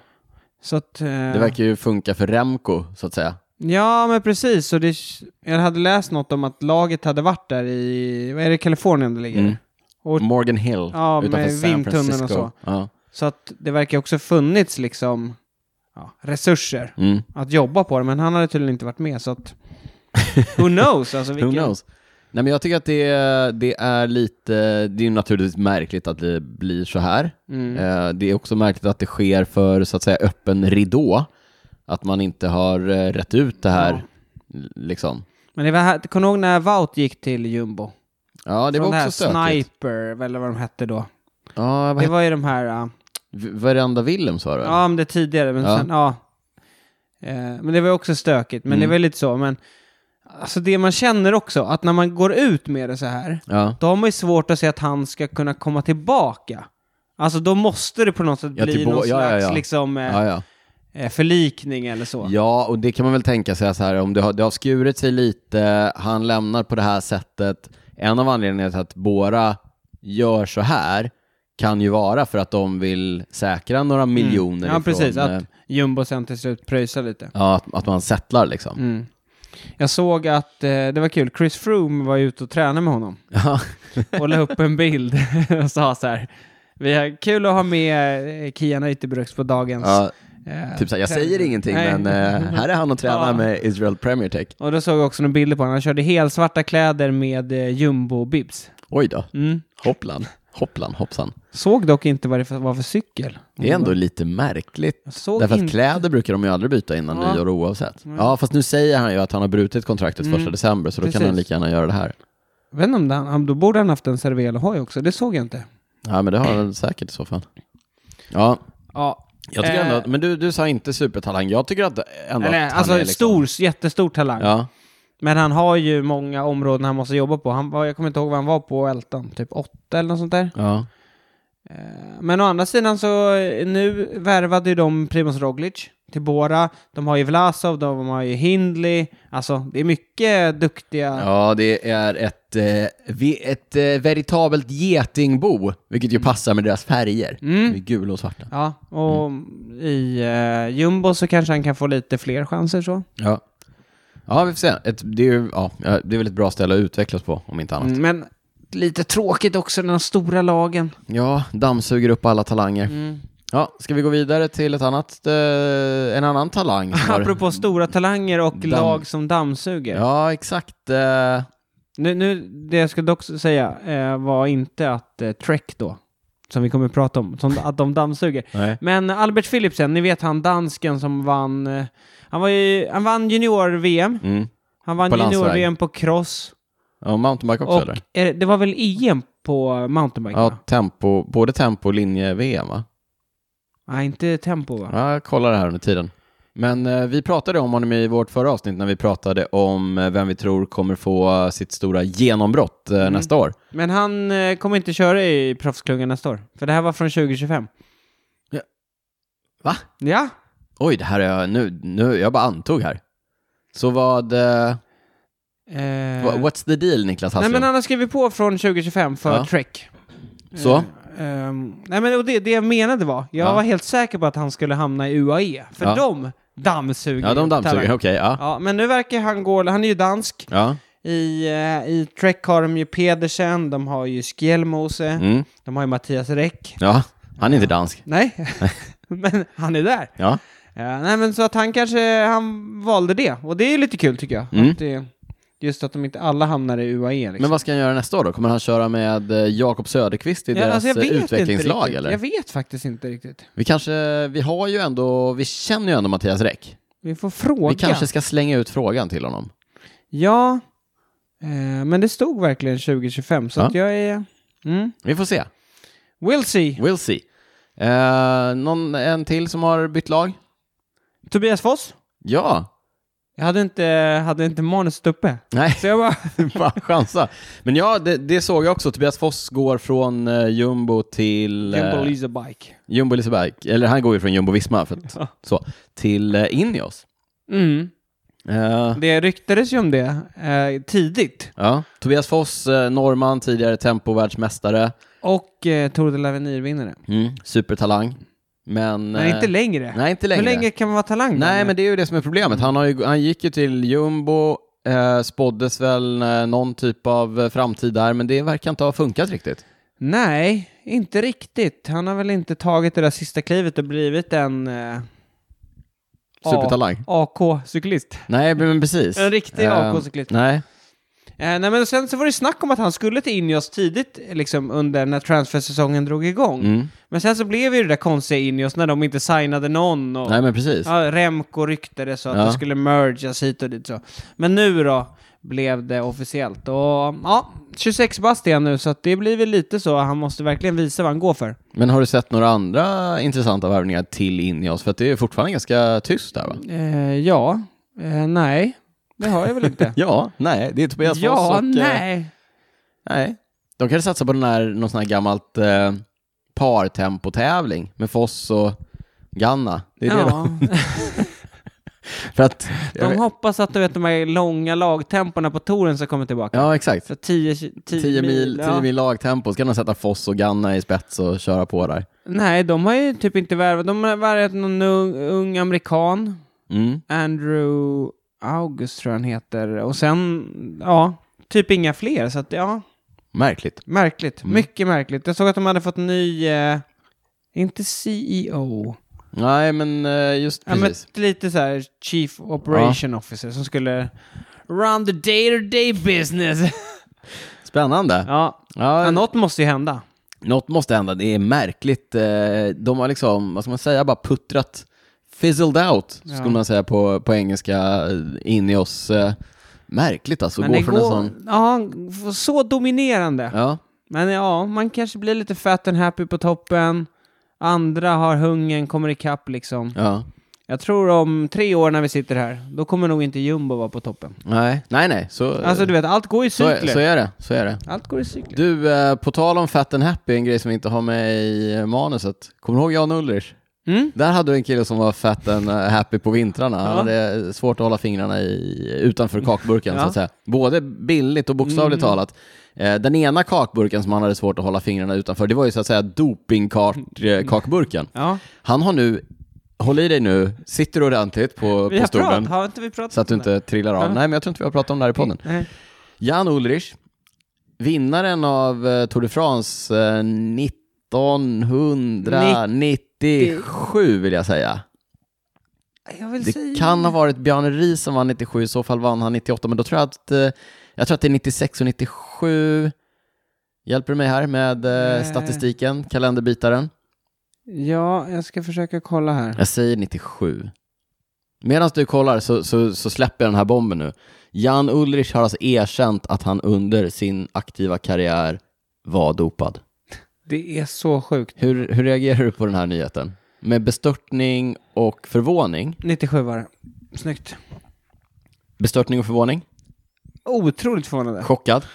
Så att, eh, det verkar ju funka för Remco så att säga. Ja, men precis. Så det, jag hade läst något om att laget hade varit där i, vad är det, Kalifornien det ligger? Mm. Och, Morgan Hill Ja, med utanför San vindtunneln och Francisco. så. Ja. så att det verkar också funnits liksom ja, resurser Mm. att jobba på det, men han hade tydligen inte varit med så att who knows? Alltså, vilken, Who knows? Nej, men jag tycker att det, det är lite, det är ju naturligtvis märkligt att det blir så här. Mm. Eh, Det är också märkligt att det sker för så att säga öppen ridå. Att man inte har eh, rätt ut det här. Liksom. Men det var här, kommer du ihåg när Wout gick till Jumbo? Ja, det Från var här också stökigt. Sniper, eller vad de hette då. Ja, vad Det hette- var ju de här, ja, V- Varenda Willems var det? ja men det tidigare, men Ja. sen, ja. Eh, men det var ju också stökigt, men det Mm. var ju lite så, men alltså det man känner också, att när man går ut med det så här, ja. då har man ju svårt att se att han ska kunna komma tillbaka. Alltså då måste det på något sätt Ja, bli till bo- någon ja, ja, slags ja. Liksom, eh, Ja, ja. eh, förlikning eller så. ja, och det kan man väl tänka sig så här om det har, det har skurit sig lite, han lämnar på det här sättet. En av anledningarna till att Bora gör så här kan ju vara för att de vill säkra några miljoner Mm. Ja, ifrån, precis. eh, Att jumbo sen till slut pröjsar lite. ja, att, att man settlar liksom. Mm. Jag såg att, eh, det var kul, Chris Froome var ute och tränade med honom Ja, och la upp en bild och sa så här. Vi har kul att ha med eh, Kian Öjtebruks på dagens... ja, eh, typ så här, jag träning." säger ingenting, Nej. men eh, här är han och tränar Ja. med Israel Premier Tech. Och då såg jag också några bilder på honom. Han körde helsvarta kläder med eh, jumbo-bibs. Oj då, Mm. hopplan, hopplan, hoppsan. Såg dock inte vad det för- var för cykel. Det är ändå lite märkligt Jag såg Därför att inte. kläder brukar de ju aldrig byta innan Ja. nyår oavsett. Ja, fast nu säger han ju att han har brutit kontraktet Mm. första december, så då Precis. kan han lika gärna göra det här. Jag vet inte om det, han- då borde han haft en Cervelo-hoj också. Det såg jag inte. Ja, men det har han väl säkert i så fall. Ja, Ja. jag tycker Eh. ändå, att- men du, du sa inte supertalang. Jag tycker att ändå Eller, att han alltså är liksom, stor, jättestor talang. Ja, Men han har ju många områden han måste jobba på. Han var, jag kommer inte ihåg vad han var på Elton, typ åtta eller något sånt där. ja. Eh, Men å andra sidan så, eh, nu värvade ju de Primoz Roglic till Bora. De har ju Vlasov, de har ju Hindley. Alltså, det är mycket duktiga... ja, det är ett, eh, vi- ett eh, veritabelt getingbo, vilket ju passar med deras färger. Mm. De är gula och svarta. Ja, och Mm. i eh, Jumbo så kanske han kan få lite fler chanser så. Ja, ja vi får se. Ett, det, är ju, ja, det är väl ett bra ställe att utvecklas på, om inte annat. Mm, Men lite tråkigt också, de stora lagen. Ja, dammsuger upp alla talanger. Mm. Ja, ska vi gå vidare till ett annat, eh, en annan talang? som har- Apropå stora talanger och Damm- lag som dammsuger. Ja, exakt. Eh, Nu, nu, det jag ska dock säga eh, var inte att eh, Trek då som vi kommer att prata om, som att de dammsuger. Nej. Men Albert Philipsen, ni vet han dansken som vann, eh, han, var ju, han vann junior-VM, Mm. han vann På landsväg. junior-VM på cross Ja, mountainbike också och eller? är, det- det var väl EM på mountainbike? Ja, va? tempo, både tempo och linje-VM va? Nej, inte tempo va? Ja, jag kollar det här under tiden. Men eh, vi pratade om honom i vårt förra avsnitt när vi pratade om eh, vem vi tror kommer få eh, sitt stora genombrott Mm. eh, nästa år. Men han eh, kommer inte köra i proffsklungan nästa år, för det här var från 2025. Ja. Va? Ja, Oj, det här är jag nu, nu, jag bara antog här. Så vad, eh, Eh, wha- what's the deal Niklas nej, Hasslund? men han har skrivit på från 2025 för Ja. Trek. Så? Mm. Ehm, nej, men och det, det jag menade var, jag Ja. var helt säker på att han skulle hamna i UAE, för Ja. de dammsuger ja, de ju dammsuger, okej, talang. ja. Ja, men nu verkar han gå, han är ju dansk. ja. I, eh, I Trek har de ju Pedersen, de har ju Skjelmose, Mm. de har ju Mattias Räck. Ja, han är inte dansk. Nej, men han är där. Ja, Ja, Eh, nej men så att han kanske, han valde det. Och det är lite kul tycker jag. Mm. Att det, just att de inte alla hamnar i UAE liksom. men vad ska han göra nästa år då? Kommer han köra med eh, Jakob Söderqvist i Ja, deras alltså, jag eh, vet inte utvecklingslag riktigt. eller? Jag vet faktiskt inte riktigt. Vi kanske, vi har ju ändå, vi känner ju ändå Mattias Räck. Vi får fråga. Vi kanske ska slänga ut frågan till honom. Ja, eh, men det stod verkligen 2025 så Ja. att jag är... Mm. Vi får se. We'll see. We'll see. Eh, någon, en till som har bytt lag? Tobias Foss? Ja. Jag hade inte, hade inte manuset uppe. Nej, Så jag bara... bara chansa. Men ja, det, det såg jag också. Tobias Foss går från eh, Jumbo till... eh, Jumbo Lisa Bike. Jumbo Liseberg. Eller han går ju från Jumbo Visma, för att, Ja. så. Till eh, Ineos. Mm. Eh, Det ryktades ju om det eh, tidigt. ja. Tobias Foss, eh, norrman, tidigare tempovärldsmästare. Och eh, Tour de l'Avenir-vinnare. Mm, supertalang. Men... Men eh, inte längre. Nej, inte längre. Hur länge kan man vara talang? då? Nej, men det är ju det som är problemet. Han, har ju, han gick ju till Jumbo, eh, spåddes väl eh, någon typ av eh, framtid där, men det verkar inte ha funkat riktigt. Nej, inte riktigt. Han har väl inte tagit det där sista klivet och blivit en eh, A- Supertalang. AK-cyklist. Nej, men precis. En riktig Eh, AK-cyklist. Nej. Eh, nej, men sen så var det snack om att han skulle till Ineos tidigt, liksom under när transfersäsongen drog igång. Mm. Men sen så blev ju det där konstiga Ineos när de inte signade någon. Och, Nej, men precis. ja, Remco ryktades och att Ja. det skulle mergas hit och dit så. Men nu då blev det officiellt. Och ja, 26 bast är han nu, så att det blir väl lite så. Han måste verkligen visa vad han går för. Men har du sett några andra intressanta värvningar till Ineos? För att det är fortfarande ganska tyst där, va? Eh, ja, eh, nej, det har jag väl inte. Ja, nej, det är Tobias Foss ja, och... eh, nej. nej. De kanske satsar på den här, någon sån här gammalt eh, partempotävling med Foss och Ganna. Det är det de- Ja, För att... de hoppas att du vet de här långa lagtempona på touren som kommer tillbaka. Ja, exakt. Så 10 10 mil, 10 ja. mil lagtempo, ska de sätta Foss och Ganna i spets och köra på där. Nej, de har ju typ inte värvat. De har värvat någon ung, ung amerikan. Mm. Andrew August tror jag han heter. Och sen, ja, typ inga fler. Så att, ja, Märkligt. märkligt. Mm. Mycket märkligt. Jag såg att de hade fått ny, eh, inte CEO, Nej, men eh, just ja, men precis. lite så här Chief Operation Officer som skulle run the day-to-day business. Spännande. ja, Ja, ja, något måste ju hända. något måste hända. Det är märkligt. eh, De har liksom, vad ska man säga, bara puttrat fizzled out, Ja. skulle man säga på, på engelska, eh, in i oss. eh, Märkligt alltså, gå det från en sån... ja, så dominerande. Ja, Men ja, man kanske blir lite fat and happy på toppen. Andra har hungern, kommer ikapp liksom. ja. Jag tror om tre år när vi sitter här, då kommer nog inte jumbo vara på toppen. Nej, nej, nej. Så, Alltså du vet, allt går i så, är- cykler. så är det. Så är det. Allt går i cykler. Du, eh, på tal om Fat and Happy, en grej som vi inte har med i eh, manuset. Kommer du ihåg Jan Ulrich? Mm? Där hade du en kille som var fat and eh, happy på vintrarna. Han Ja. hade eh, svårt att hålla fingrarna i, utanför kakburken, Ja. Mm. så att säga. Både bildligt och bokstavligt talat. Eh, Den ena kakburken som han hade svårt att hålla fingrarna utanför, det var ju så att säga dopingkakburken. Ja. Han har nu, håll i dig nu, sitter ordentligt på, Vi på har pratat, stolen. har inte vi pratat Så att du om det? inte trillar av. Ja. Nej, men jag tror inte vi har pratat om det här i podden. Nej. Jan Ulrich, vinnaren av eh, Tour de France eh, 1997 vill jag säga. Jag vill säga... Det kan ha varit Björn Ries som vann 97, i så fall vann han 98, men då tror jag att, eh, jag tror att det är 96 och 97. Hjälper du mig här med eh, Eh. statistiken, kalenderbitaren? Ja, jag ska försöka kolla här. Jag säger 97. Medan du kollar så, så, så släpper jag den här bomben nu. Jan Ulrich har alltså erkänt att han under sin aktiva karriär var dopad. Det är så sjukt. Hur, hur reagerar du på den här nyheten? Med bestörtning och förvåning? 97 var det. Snyggt. Bestörtning och förvåning? Otroligt förvånande. Chockad?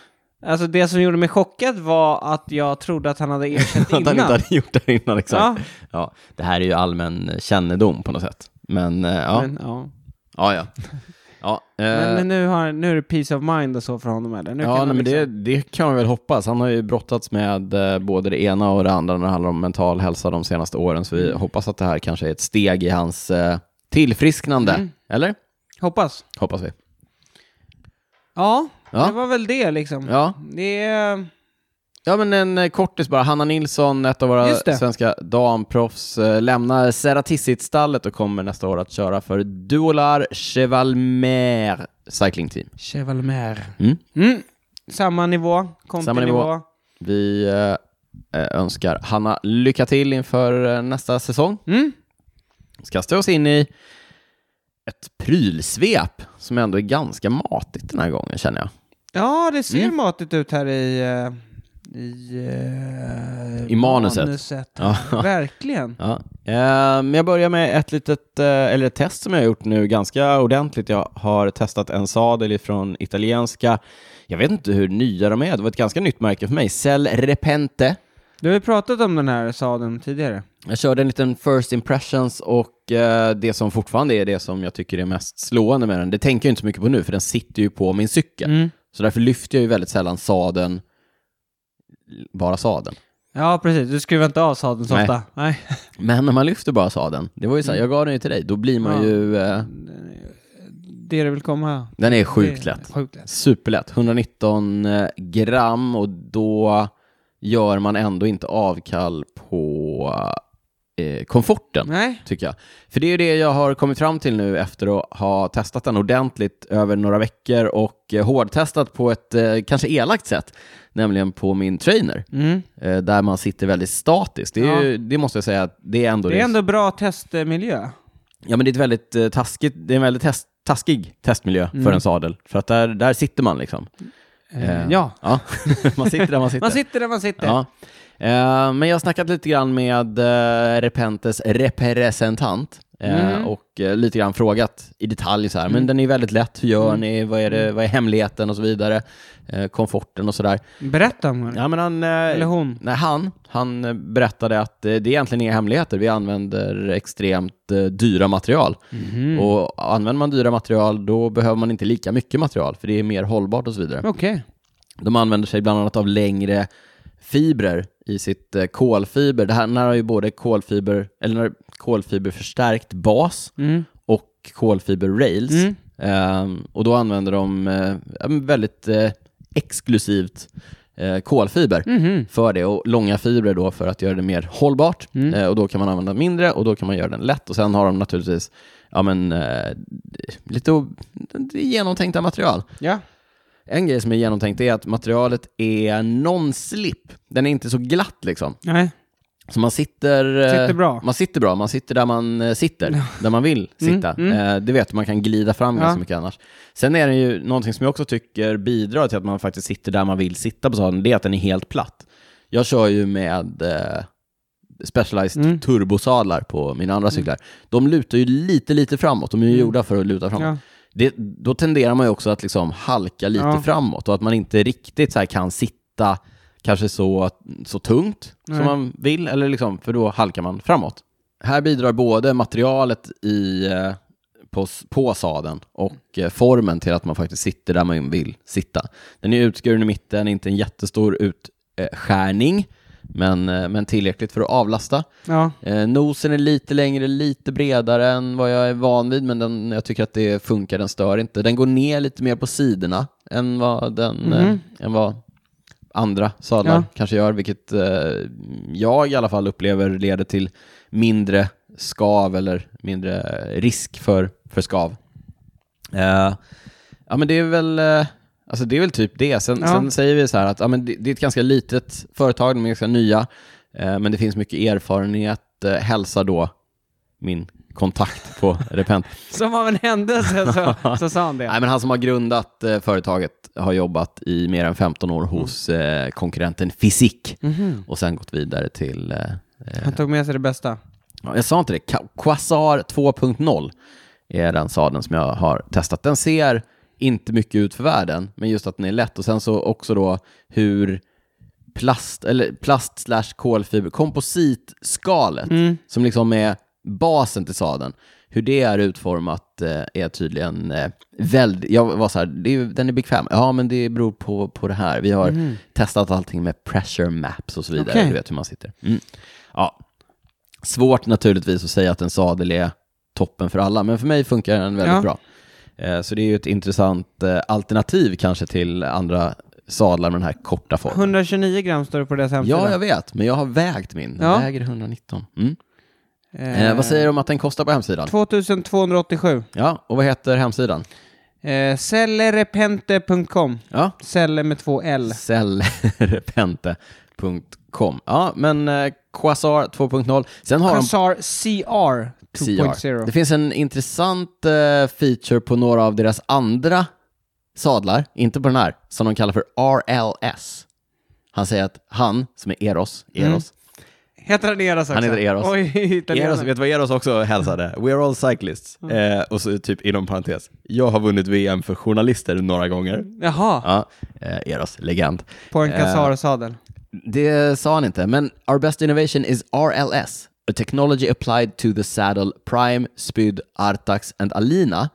Alltså det som gjorde mig chockad var att jag trodde att han hade erkänt Att han inte innan. hade gjort det innan, exakt. Ja. Ja. det här är ju allmän eh, kännedom på något sätt. Men eh, ja, Men, ja. ja, ja. ja eh, men, men nu, har, nu är det peace of mind och så för honom eller? Nu kan Ja, han nej, men liksom... det, det kan man väl hoppas. Han har ju brottats med eh, både det ena och det andra när det handlar om mental hälsa de senaste åren, så vi Mm. hoppas att det här kanske är ett steg i hans eh, tillfrisknande. Mm. Eller? Hoppas. Hoppas vi. Ja, Ja. det var väl det liksom. Ja, Det är... ja men en eh, kortis bara. Hanna Nilsson, ett av våra Just det. svenska damproffs, eh, lämnar Ceratissit-stallet och kommer nästa år att köra för Duolar Chevalmer Cycling Team. Chevalmer. Mm. Mm. Samma nivå, kontinivå. nivå. Vi eh, eh, önskar Hanna lycka till inför eh, nästa säsong. Mm. ska stå oss in i ett prylsvep som ändå är ganska matigt den här gången känner jag. Ja, det ser Mm. matigt ut här i... eh, I, eh, I manuset. Ja. Verkligen. Ja. Eh, Men jag börjar med ett litet, eh, eller ett test som jag har gjort nu ganska ordentligt. Jag har testat en sadel från italienska, jag vet inte hur nya de är, det var ett ganska nytt märke för mig, Cell Repente. Du har ju pratat om den här sadeln tidigare. Jag körde en liten first impressions och eh, det som fortfarande är det som jag tycker är mest slående med den, det tänker jag inte så mycket på nu för den sitter ju på min cykel. Mm. Så därför lyfter jag ju väldigt sällan sadeln, bara sadeln. Ja, precis. Du skruvar inte av sadeln så Nej. ofta. Nej. Men när man lyfter bara sadeln, det var ju så här, jag gav den ju till dig, då blir man Mm. Ja. ju... Eh, Det du vill komma. den är sjukt lätt. Sjukt lätt. Superlätt. 119 eh, gram och då gör man ändå inte avkall på eh, komforten. Nej. tycker jag. För det är ju det jag har kommit fram till nu efter att ha testat den ordentligt över några veckor och eh, hårdtestat på ett eh, kanske elakt sätt, nämligen på min trainer. Mm. eh, där man sitter väldigt statiskt. Det, är Ja. ju, det måste jag säga att det är ändå... Det är ändå bra testmiljö. Ja, men det är, ett väldigt, eh, taskigt, det är en väldigt test, taskig testmiljö för Mm. en sadel. För att där, där sitter man liksom. Eh, Eh, ja. ja. man sitter där man sitter. Man sitter där man sitter. Ja. Eh, men jag har snackat lite grann med eh, Repentes representant eh, Mm. och eh, lite grann frågat i detalj så här, men den är väldigt lätt, hur Mm. gör ni, vad är, det, vad är hemligheten och så vidare, eh, komforten och sådär. Berätta om det. Ja, men han, eh, Eller hon. Nej, han, han eh, berättade att eh, det egentligen är hemligheter. Vi använder extremt eh, dyra material. Mm. Mm. Och använder man dyra material, då behöver man inte lika mycket material, för det är mer hållbart och så vidare. Okej. De använder sig bland annat av längre fibrer i sitt eh, kolfiber. Det här, den här har ju både kolfiber, eller när- kolfiberförstärkt bas Mm. och kolfiberrails. Mm. Ehm, och då använder de eh, ja, men väldigt eh, exklusivt eh, kolfiber Mhm. för det och långa fibrer då för att göra det mer hållbart. Eh, och då kan man använda mindre och då kan man göra den lätt. Och sen har de naturligtvis ja, men, eh, lite o- genomtänkta material. Ja. En grej som är genomtänkt är att materialet är non-slip. Den är inte så glatt liksom. Nej. Så man sitter, eh, Sitter bra. Mm, Man sitter bra. Man sitter där man eh, sitter, där man vill sitta. Eh, Det vet du, man kan glida fram Ja. ganska mycket annars. Sen är det ju någonting som jag också tycker bidrar till att man faktiskt sitter där man vill sitta på sadeln, det är att den är helt platt. Jag kör ju med eh, Specialized Mm. turbosadlar på mina andra cyklar. De lutar ju lite, lite framåt. De är ju gjorda för att luta framåt Mm. Ja. det, då tenderar man ju också att liksom halka lite Ja. framåt och att man inte riktigt så här kan sitta kanske så, så tungt Nej. som man vill, eller liksom, för då halkar man framåt. Här bidrar både materialet i, eh, på, s- på sadeln och eh, formen till att man faktiskt sitter där man vill sitta. Den är utskuren i mitten, inte en jättestor utskärning, men, eh, men tillräckligt för att avlasta. ja. Eh, nosen är lite längre, lite bredare än vad jag är van vid, men den, jag tycker att det funkar, den stör inte. Den går ner lite mer på sidorna än vad, den, Mhm. eh, än vad andra sadlar Ja. kanske gör, vilket eh, jag i alla fall upplever leder till mindre skav eller mindre risk för, för skav. Eh, ja, men det är väl eh, Alltså det är väl typ det. Sen, Ja. sen säger vi så här att ja, men det, det är ett ganska litet företag, de är ganska nya, eh, men det finns mycket erfarenhet. Eh, hälsa då min kontakt på Repent. Som av en händelse så, så sa han det. Nej, men han som har grundat eh, företaget har jobbat i mer än 15 år hos eh, konkurrenten Fysik Mhm. och sen gått vidare till, eh, eh, Han tog med sig det bästa. ja, jag sa inte det, Ka- Quasar 2.0 är den sadeln som jag har testat. Den ser inte mycket ut för världen, men just att den är lätt och sen så också då hur plast eller plast slash kolfiber, kompositskalet Mm. som liksom är basen till sadeln. Hur det är utformat eh, är tydligen eh, väldigt... Jag var så här, det är, ju- den är bekväm. Ja, men det beror på, på det här. Vi har Mm. Mm-hmm. testat allting med pressure maps och så vidare. Okej. Du vet hur man sitter. Mm. Ja. Svårt naturligtvis att säga att en sadel är toppen för alla, men för mig funkar den väldigt Ja. bra. Eh, så det är ju ett intressant eh, alternativ kanske till andra sadlar med den här korta formen. 129 gram står det på deras hemsida. Ja, jag vet, men jag har vägt min. Den Ja. väger 119. Mm. Eh, vad säger du om att den kostar på hemsidan? 2287. Ja, och vad heter hemsidan? Eh, Cellerepente.com. Ja, Celler med två L. cellrepente.com. Ja, men eh, Quasar 2.0. Sen har de Quasar CR 2.0. CR. Det finns en intressant eh, feature på några av deras andra sadlar, inte på den här, som de kallar för RLS. Han säger att han, som är Eros, Eros, Heter han Eros också? Han heter Eros. Oj, Eros, italienare. vet du vad Eros också hälsade? We are all cyclists. Eh, och så typ inom parentes, jag har vunnit VM för journalister några gånger. Jaha, Ja, eh, Eros, legend. på en Eh, Quasar-sadel. Det sa han inte, men our best innovation is RLS, a technology applied to the saddle Prime, Spyd, Artax and Alina.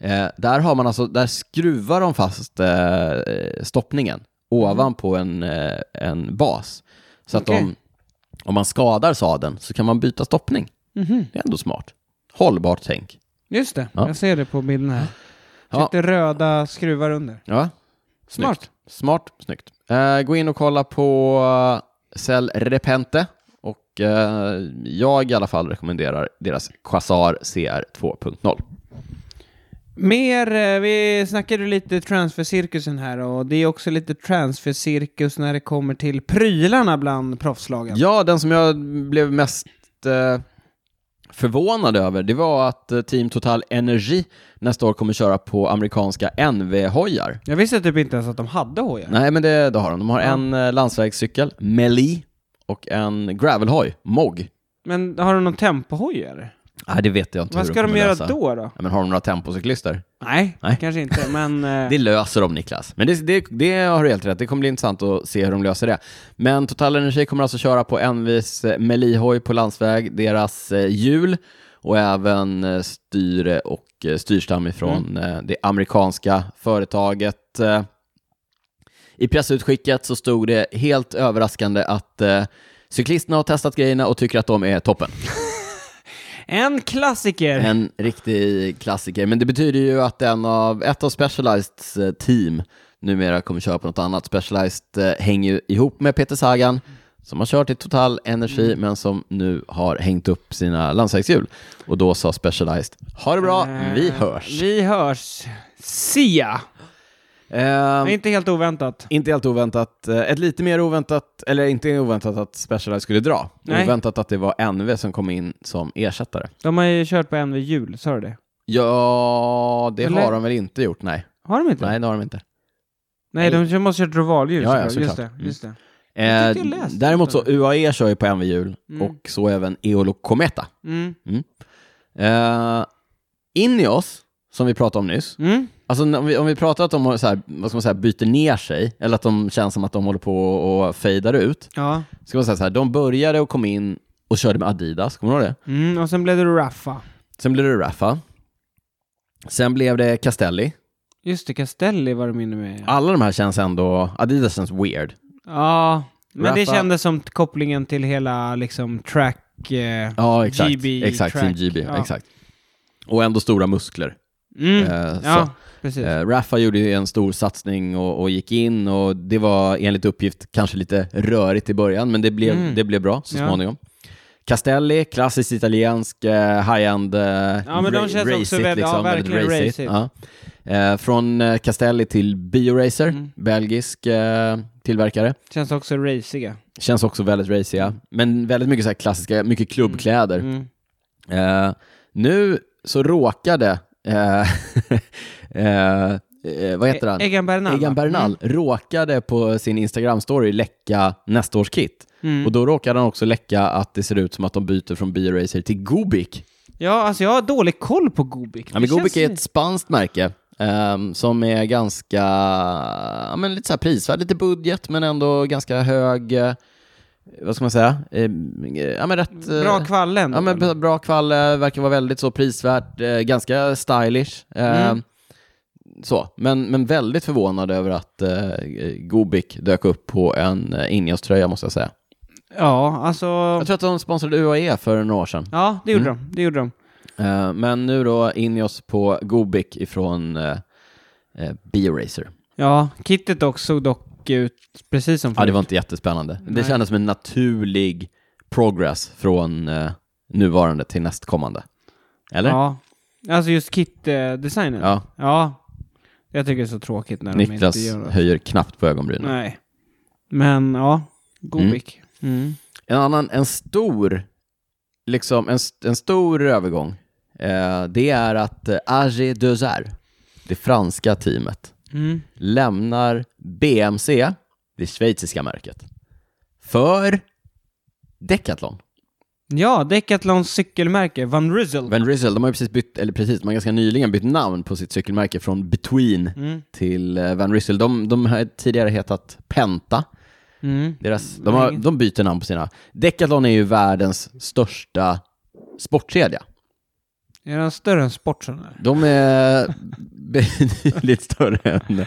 Eh, där, har man alltså, där skruvar de fast eh, stoppningen ovanpå en, eh, en bas. Så att Okej. om, om man skadar sadeln så kan man byta stoppning. Det är ändå smart. Hållbart tänk. Just det, Ja. jag ser det på bilden här. Ja. Lite röda skruvar under. Ja, Smart. Snyggt. Smart, snyggt. Eh, gå in och kolla på eh, Cell Repente. Och eh, jag i alla fall rekommenderar deras Quasar CR 2.0. Mer, eh, vi snackade ju lite transfercirkusen här och det är också lite transfercirkus när det kommer till prylarna bland proffslagen. Ja, den som jag blev mest eh, förvånad över, det var att eh, Team Total Energy nästa år kommer köra på amerikanska NV-hojar. Jag visste typ inte ens att de hade hojar. Nej, men det, det har de. De har Ja. en eh, landsvägscykel, Meli, och en gravelhoj, MOG. Men har de någon tempohoj eller? Nej, det vet jag inte Vad hur ska de kommer göra lösa. då då? Ja, men har de några tempocyklister? Nej, Nej. kanske inte, men... eh, Det löser de, Niklas. Men det, det, det har du helt rätt. Det kommer bli intressant att se hur de löser det. Men Total Energy kommer alltså köra på Envis eh, Melihoj på landsväg, deras eh, hjul och även eh, styre och eh, styrstam ifrån eh, det amerikanska företaget. Eh, I pressutskicket så stod det helt överraskande att eh, cyklisterna har testat grejerna och tycker att de är toppen. En klassiker! En riktig klassiker. Men det betyder ju att en av, ett av Specializeds eh, team numera kommer köra på något annat. Specialized eh, hänger ju ihop med Peter Sagan som har kört i Total Energy Mm. men som nu har hängt upp sina landsvägshjul. Och då sa Specialized, ha det bra, Eh, vi hörs. Vi hörs. Sia! Ehm, Inte helt oväntat. Inte helt oväntat, eh, ett lite mer oväntat, eller inte oväntat att Specialized skulle dra. Nej. Oväntat att det var NV som kom in som ersättare. De har ju kört på en vid jul, sa du det? Ja, det Eller- har de väl inte gjort, nej. Har de inte? Nej, det har de inte. Nej, de måste ha kört rovaljus. Ja, ja, såklart. just, såklart. det, just det. Eh, Jag tyckte jag läste däremot så, något UAE kör ju på NV-hjul Mm. och så även Eolo Cometa. Mm. Eh, Ineos, som vi pratade om nyss, Mm. så alltså när- om vi, om vi pratar att de har så här, vad ska man säga, byter ner sig, eller att de känns som att de håller på och fejdar ut, Ja. ska man säga så här, de började och kom in och körde med Adidas, kommer du ihåg det? Mm. Och sen blev det Raffa. Sen blev det Rafa. Sen blev det Castelli. Just det, Castelli var de inne med. Ja, Alla de här känns ändå, Adidas känns weird. men det Raffa. kändes som kopplingen till hela liksom track... Eh. Ja, exakt. GB exakt, Team track, GB, ja. exakt. Och ändå stora muskler. Mm. Eh, så. ja, precis. Eh, Rafa gjorde ju en stor satsning och, och gick in och det var enligt uppgift kanske lite rörigt i början, men det blev, Mm. det blev bra så Ja. småningom. Castelli, klassiskt italiensk eh, high-end, eh, Ja, men de ra- känns också racigt väldigt- ja, liksom, verkligen racigt. racigt. Ja. Eh, från eh, Castelli till Bioracer, Mm. belgisk eh, tillverkare. Känns också raciga. Känns också väldigt raciga, men väldigt mycket så här klassiska, mycket klubbkläder. Mm. Eh, nu så råkade, eh, eh, eh, vad heter han? E- Egan Bernal. Egan va? Mm. Bernal råkade på sin Instagram-story läcka nästa års kit. Mm. Och då råkade han också läcka att det ser ut som att de byter från Bioracer till Gobic. Ja, alltså jag har dålig koll på Gobic. Ja, men Det Gobic känns- är ett spanskt märke ehm, som är ganska ja, men lite så här prisvärd, lite budget, men ändå ganska hög, eh, vad ska man säga, Eh, ja, men rätt... eh, Bra kvallen. Ja, men b- bra kvall, eh, verkar vara väldigt så prisvärt, eh, ganska stylish. eh, Mm. Så, men, men väldigt förvånad över att eh, Gobic dök upp på en eh, Ineos-tröja måste jag säga. ja alltså... Jag tror att de sponsrade UAE för några år sedan. Ja, det Mm. gjorde de. Det gjorde de. Eh, men nu då Ineos på Gobic ifrån eh, eh, Bioracer. Ja, kittet dock såg dock ut precis som Ja, det förut. var inte jättespännande. Det Nej. kändes som en naturlig progress från eh, nuvarande till nästkommande. Eller? Ja. Alltså just kit-designen. Ja. Ja, Jag tycker det är så tråkigt när Niklas de inte gör det. höjer knappt på ögonbrynen. Nej. Men ja, Gobic. Mm. En annan, en stor, liksom, en, st- en stor övergång, eh, det är att eh, AG Deuxer, det franska teamet, Mm. lämnar BMC, det schweiziska märket, för Decathlon. Ja, Decathlons cykelmärke, Van Ryssel. Van Ryssel, de har ju precis bytt, eller precis, de har ganska nyligen bytt namn på sitt cykelmärke från Between Mm. till eh, Van Ryssel. De, de har tidigare hetat Penta. Mm. Deras, de, har, de byter namn på sina. Decathlon är ju världens största sportkedja. Är den större än Sportson? eller? De är betydligt större än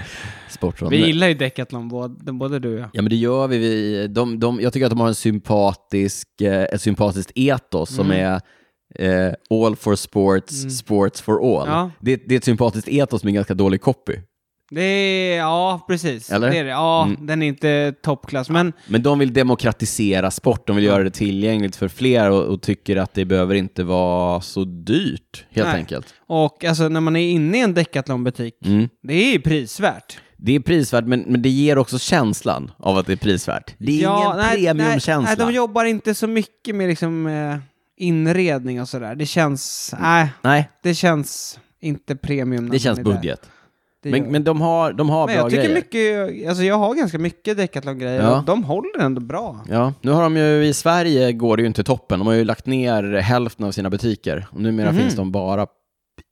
Sportron. Vi gillar ju Decathlon, både, både du och jag. Ja, men det gör vi. vi de, de, jag tycker att de har en sympatisk, eh, ett sympatiskt etos Mm. som är eh, all for sports, sports for all. Ja. Det, det är ett sympatiskt etos med ganska dålig copy. Det är, ja, precis. Eller? Mm. Det är det. Ja, den är inte toppklass, men Men de vill demokratisera sport, de vill göra det tillgängligt för fler och, och tycker att det behöver inte vara så dyrt, helt Nej. enkelt. och alltså när man är inne i en Decathlon-butik, Mm. det är ju prisvärt. Det är prisvärt, men, men det ger också känslan av att det är prisvärt. Det är ingen premiumkänsla. Nej, nej, de jobbar inte så mycket med liksom eh, inredning och sådär. Det känns, nej, nej, det känns inte premium. när det man känns är där. budget. Det gör Men, det. men de har, de har Men bra jag tycker grejer. mycket, alltså jag har ganska mycket Decathlon-grejer Ja. och de håller ändå bra. Ja, nu har de ju, i Sverige går det ju inte toppen. De har ju lagt ner hälften av sina butiker. Och numera Mhm. finns de bara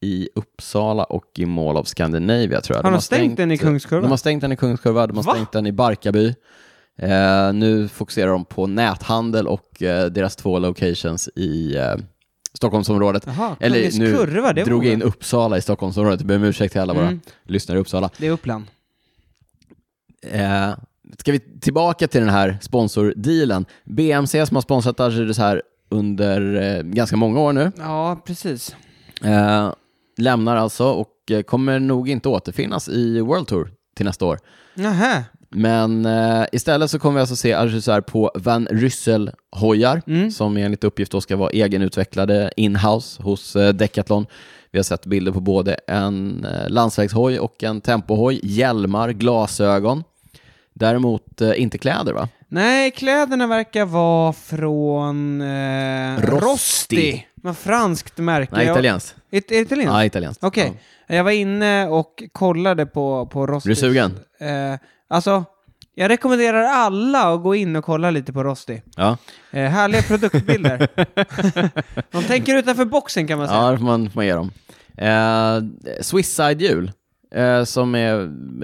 i Uppsala och i Mall of Scandinavia tror jag. Har de stängt den i Kungskurvan? eh, De har stängt den i Kungskurva, de har Va? stängt den i Barkarby. Eh, nu fokuserar de på näthandel och eh, deras två locations i eh, Stockholmsområdet. Jaha, Eller Kungens nu kurva, det var drog jag det. in Uppsala i Stockholmsområdet. Jag ber om ursäkt till alla våra Mm. lyssnare i Uppsala. Det är Uppland. Eh, ska vi tillbaka till den här sponsordealen? BMC som har sponsrat Algerius här under eh, ganska många år nu Ja, precis. eh, lämnar alltså och eh, kommer nog inte återfinnas i World Tour till nästa år. Nähä. Men eh, istället så kommer vi alltså se Algerius här på Van Ryssel hojar som enligt uppgift då ska vara egenutvecklade inhouse hos eh, Decathlon. Vi har sett bilder på både en eh, landsvägshoj och en tempohoj, hjälmar, glasögon. Däremot eh, inte kläder va? Nej, kläderna verkar vara från... Eh, Rosti. Något franskt märke. Nej, Jag- italienskt. It- Är det italienskt? Ja, italienskt. Okej. Ja. Jag var inne och kollade på, på Är Rosti. du sugen? Eh, alltså, jag rekommenderar alla att gå in och kolla lite på Rosti. Ja, Eh, härliga produktbilder. De tänker utanför boxen kan man säga. ja det får man, får man ge dem. Eh, Swisside-hjul, eh, som är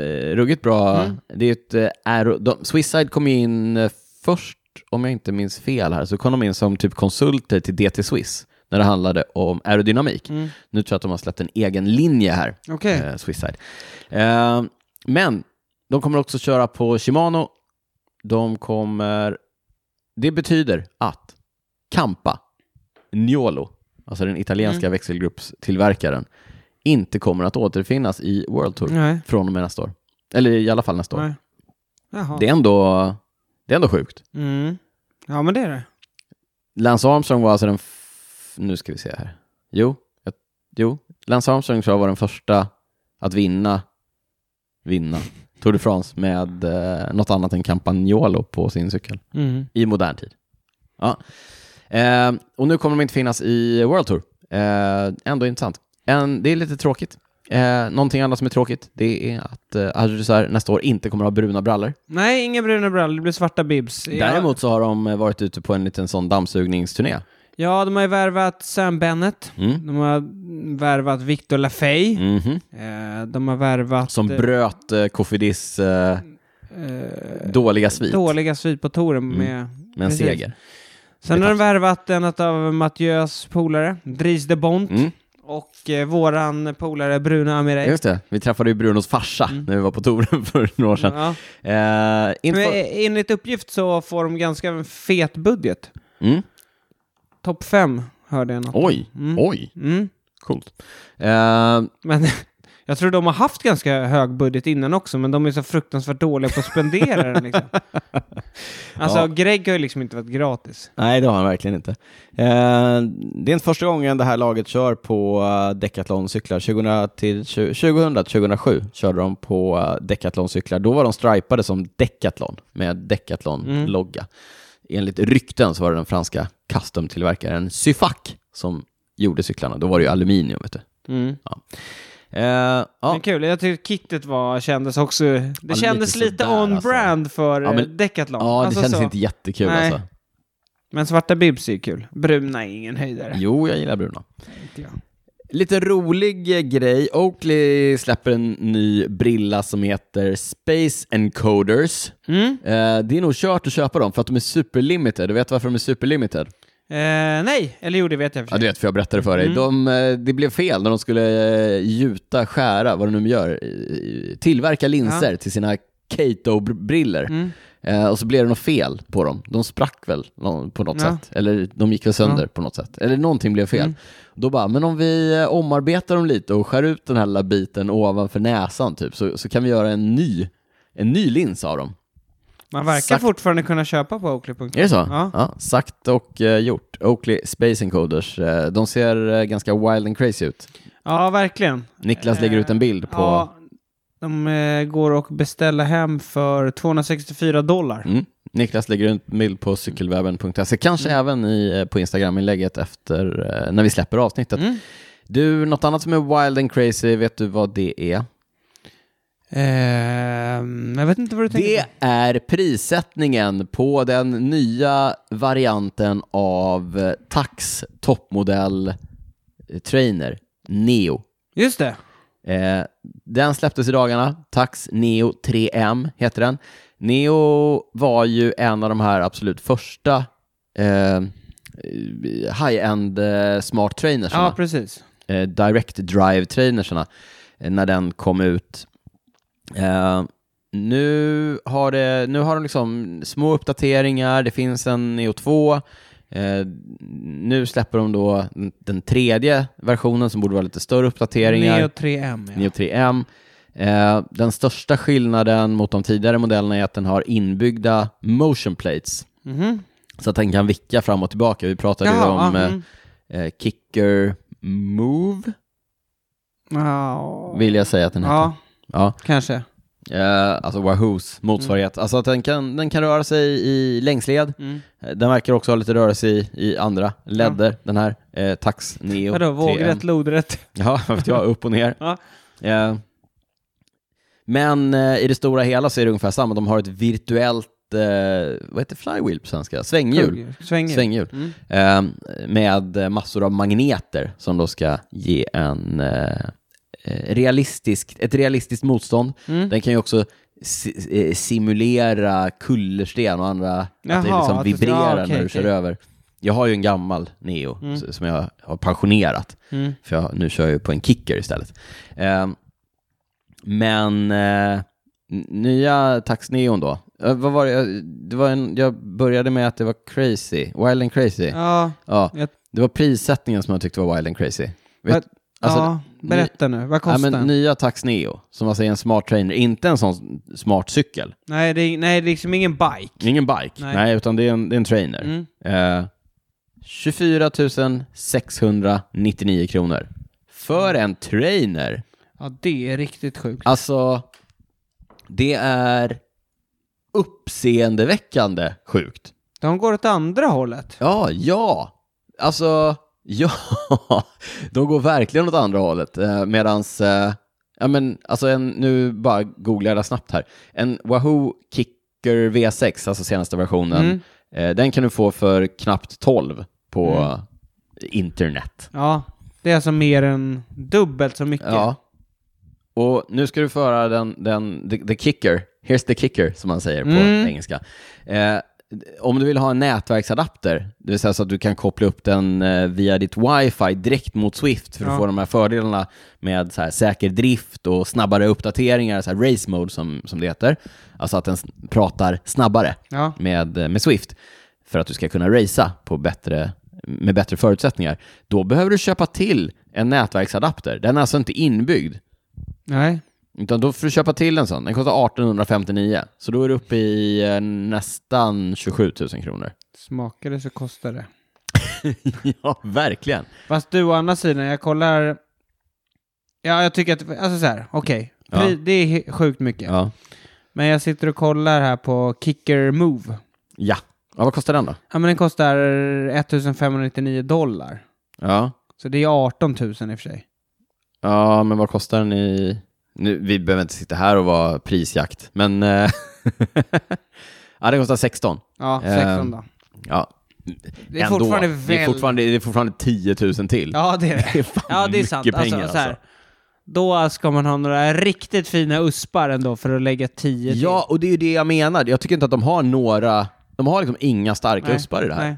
eh, ruggigt bra. Det är ett, eh, aero, de, Swisside kom ju in eh, först, om jag inte minns fel här, så kom de in som typ konsulter till DT Swiss när det handlade om aerodynamik. Nu tror jag att de har släppt en egen linje här. Mm. Okej. eh, Swisside. Eh, men de kommer också köra på Shimano. De kommer... Det betyder att Campa, Niolo, alltså den italienska Mm. växelgruppstillverkaren, inte kommer att återfinnas i World Tour Nej. från och med nästa år. Eller i alla fall nästa år. Nej. Jaha. Det, är ändå, det är ändå sjukt. Mm. Ja, men det är det. Lance Armstrong var alltså den... F- nu ska vi se här. Jo, jag, jo. Lance Armstrong tror jag var den första att vinna, vinna Tour de France med eh, något annat än Campagnolo på sin cykel Mm. i modern tid. Ja. Eh, och nu kommer de inte finnas i World Tour. Eh, ändå intressant. En, det är lite tråkigt. Eh, någonting annat som är tråkigt, det är att eh, Azrizar nästa år inte kommer att ha bruna brallor. Nej, inga bruna brallor, det blir svarta bibs. Ja. Däremot så har de eh, varit ute på en liten sån dammsugningsturné. Ja, de har ju värvat Sam Bennett. Mm. De har värvat Victor Lafay. Mhm. Eh, de har värvat... Som eh, bröt eh, Kofidis eh, eh, dåliga svit Dåliga svit på touren Mm. med... med en precis. seger. Sen Det har är de värvat en av Mathieu's polare, Dries de Bont, Mm. och eh, våran polare Bruno Amirey. Just det, vi träffade ju Brunos farsa när vi var på touren för några år sedan. Mm. Ja. Eh, inte Men för... eh, enligt uppgift så får de ganska fet budget. mm. Topp fem, hörde jag något. Oj, Mm. oj, Mm. coolt. Eh, Men jag tror de har haft ganska hög budget innan också, men de är så fruktansvärt dåliga på att spendera den liksom. Alltså, Ja. Greg har ju liksom inte varit gratis. Nej, det har han verkligen inte. Eh, det är inte första gången det här laget kör på eh, Decathlon-cyklar. 2000 till 2000, 2007 körde de på eh, Decathlon-cyklar. Då var de stripade som Decathlon med Decathlon-logga. Mm. Enligt rykten så var det den franska custom-tillverkaren Syfac som gjorde cyklarna. Då var det ju aluminium, vet du. Mm. Eh, ja. Men kul, jag tycker kittet var, kändes också... Det lite kändes lite, sådär, on alltså. brand för Ja, men- eh, Decathlon. ja, det Alltså kändes så. inte jättekul Nej. alltså. Men svarta bibs är ju kul. Bruna är ingen höjdare. Jo, jag gillar bruna. Inte jag. Lite rolig eh, grej. Oakley släpper en ny brilla som heter Space Encoders. Mm. Eh, det är nog kört att köpa dem för att de är superlimited. Du vet varför de är superlimited? Eh, nej, eller jo, det vet jag i och för Ja, sig. du vet, för jag berättade för dig. De, eh, det blev fel när de skulle eh, gjuta, skära, vad de nu gör, eh, tillverka linser till sina Kato-briller. Mm. Eh, och så blev det något fel på dem. De sprack väl nå- på något Ja. Mm. sätt. Eller de gick väl sönder på något sätt. Eller någonting blev fel. Då bara, men om vi eh, omarbetar dem lite och skär ut den här lilla biten ovanför näsan typ, så, så kan vi göra en ny, en ny lins av dem. Man verkar Exakt. fortfarande kunna köpa på Oakley.com. Är det så? Ja. sagt och eh, gjort. Oakley Space Encoders. Eh, de ser eh, ganska wild and crazy ut. Ja, verkligen. Niklas lägger Eh, ut en bild på... Ja, de eh, går och beställer hem för 264 dollar. Mm. Niklas lägger ut en bild på cykelwebben.se, kanske Mm. även i, eh, på Instagram-inlägget efter eh, när vi släpper avsnittet. Mm. Du, något annat som är wild and crazy, vet du vad det är? Ehm, jag vet inte vad du tänker Det på. är prissättningen på den nya varianten av eh, Tax toppmodell eh, trainer, Neo. Just det. Eh, den släpptes i dagarna. Tax Neo 3M heter den. Neo var ju en av de här absolut första eh, high-end eh, smart trainersarna. Ja, precis. eh, direct drive trainersarna eh, när den kom ut. Eh, nu, har det, nu har de liksom små uppdateringar, det finns en Neo 2, eh, nu släpper de då den- den tredje versionen som borde vara lite större uppdateringar. Neo 3M, ja. Neo 3M. Eh, den största skillnaden mot de tidigare modellerna är att den har inbyggda motion plates. Mhm. Så att den kan vicka fram och tillbaka. Vi pratade ju Jaha, om ja, eh, mm. eh, Kicker Move, Ja. vill jag säga att den heter. Mm. Ja. ja, kanske. Eh, alltså Wahoos motsvarighet. Alltså att den kan, den kan röra sig i längsled. Mm. Eh, Den verkar också ha lite rörelse i, i andra ledder, den här. Eh, Tax Neo Vadå, 3M. vågrätt, lodrätt? Ja, vad vet jag, upp och ner. Ja. Eh, men eh, i det stora hela så är det ungefär samma. De har ett virtuellt, eh, vad heter flywheel på svenska? Svänghjul. Svänger. Svänghjul. Mm. Eh, med massor av magneter som då ska ge en eh, eh, realistisk, ett realistiskt motstånd. Mm. Den kan ju också si- eh, simulera kullersten och andra, att det Jaha, liksom att det- vibrerar ja, okej, när du kör okej. över. Jag har ju en gammal Neo s- som jag har pensionerat. Mm. För jag, nu kör jag ju på en kicker istället. Ehm, men eh, n- nya Tax Neon då. Eh, vad var det? Jag- det var en, jag började med att det var crazy. Wild and crazy. Ja. Ja, jag- Det var prissättningen som jag tyckte var wild and crazy. Vet, alltså, ja, berätta nu. Vad nej, kostar men, den? nya Tax Neo, som alltså är en smart trainer, inte en sån smart cykel. Nej, det är, nej, det är liksom ingen bike. Ingen bike, nej, Nej. utan det är en, det är en trainer. Mm. Eh, 24 699 kronor. För en trainer. Ja, det är riktigt sjukt. Alltså, det är uppseendeväckande sjukt. De går åt andra hållet. Ja, ja. Alltså, ja. De går verkligen åt andra hållet. Eh, medans, eh, ja men, alltså en, nu bara googlar jag snabbt här. En Wahoo Kicker V6, alltså senaste versionen, Mm. eh, den kan du få för knappt 12 på internet. Ja, det är alltså mer än dubbelt så mycket. Ja. Och nu ska du föra den, den the, the kicker. Here's the kicker, som man säger på Mm. engelska. Eh, om du vill ha en nätverksadapter, det vill säga så att du kan koppla upp den eh, via ditt wifi direkt mot Swift för att Ja. få de här fördelarna med så här, säker drift och snabbare uppdateringar, så här, race mode som, som det heter. Alltså att den s- pratar snabbare Ja. med, med Swift för att du ska kunna racea på bättre, med bättre förutsättningar, då behöver du köpa till en nätverksadapter. Den är alltså inte inbyggd, Nej. utan då får du köpa till en sån. Den kostar 1859, så då är du uppe i eh, nästan 27 000 kronor. Smakar det så kostar det. ja, verkligen. Fast du, å andra sidan, jag kollar... Ja, jag tycker att... Alltså så här, okej. Ja. Pri- Det är he- sjukt mycket. Ja. Men jag sitter och kollar här på Kicker Move. ja. Ja, vad kostar den då? Ja, men den kostar 1599 dollar. Ja. Så det är 18 000 i och för sig. Ja, men vad kostar den i... Nu, vi behöver inte sitta här och vara prisjakt, men... eh, ja, den kostar 16. Ja, Ehm, 16 då. Ja, Det är fortfarande väl... det, är fortfarande, det är fortfarande 10 000 till. Ja, det är det. Det är fan Ja, det är mycket sant. pengar alltså, så här, Då ska man ha några riktigt fina uspar ändå för att lägga 10 till. Ja, och det är ju det jag menar. Jag tycker inte att de har några... De har liksom inga starka Nej, uspar i det här. Nej.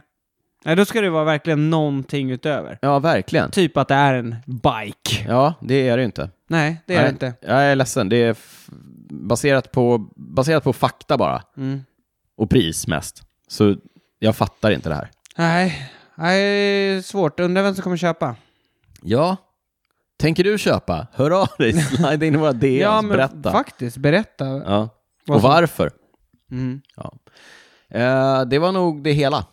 nej, då ska det vara verkligen någonting utöver. Ja, verkligen. Typ att det är en bike. Ja, det är det ju inte. Nej, det är Nej. det inte. Jag är ledsen. Det är f- baserat på, baserat på fakta bara. Mm. Och pris mest. Så jag fattar inte det här. Nej. Nej, svårt. Undrar vem som kommer köpa. Ja. Tänker du köpa? Hör av dig. Slide in i våra DMs. Berätta. faktiskt, berätta. Ja. Vad Och som- varför? Mm. Ja. Eh, det var nog det hela.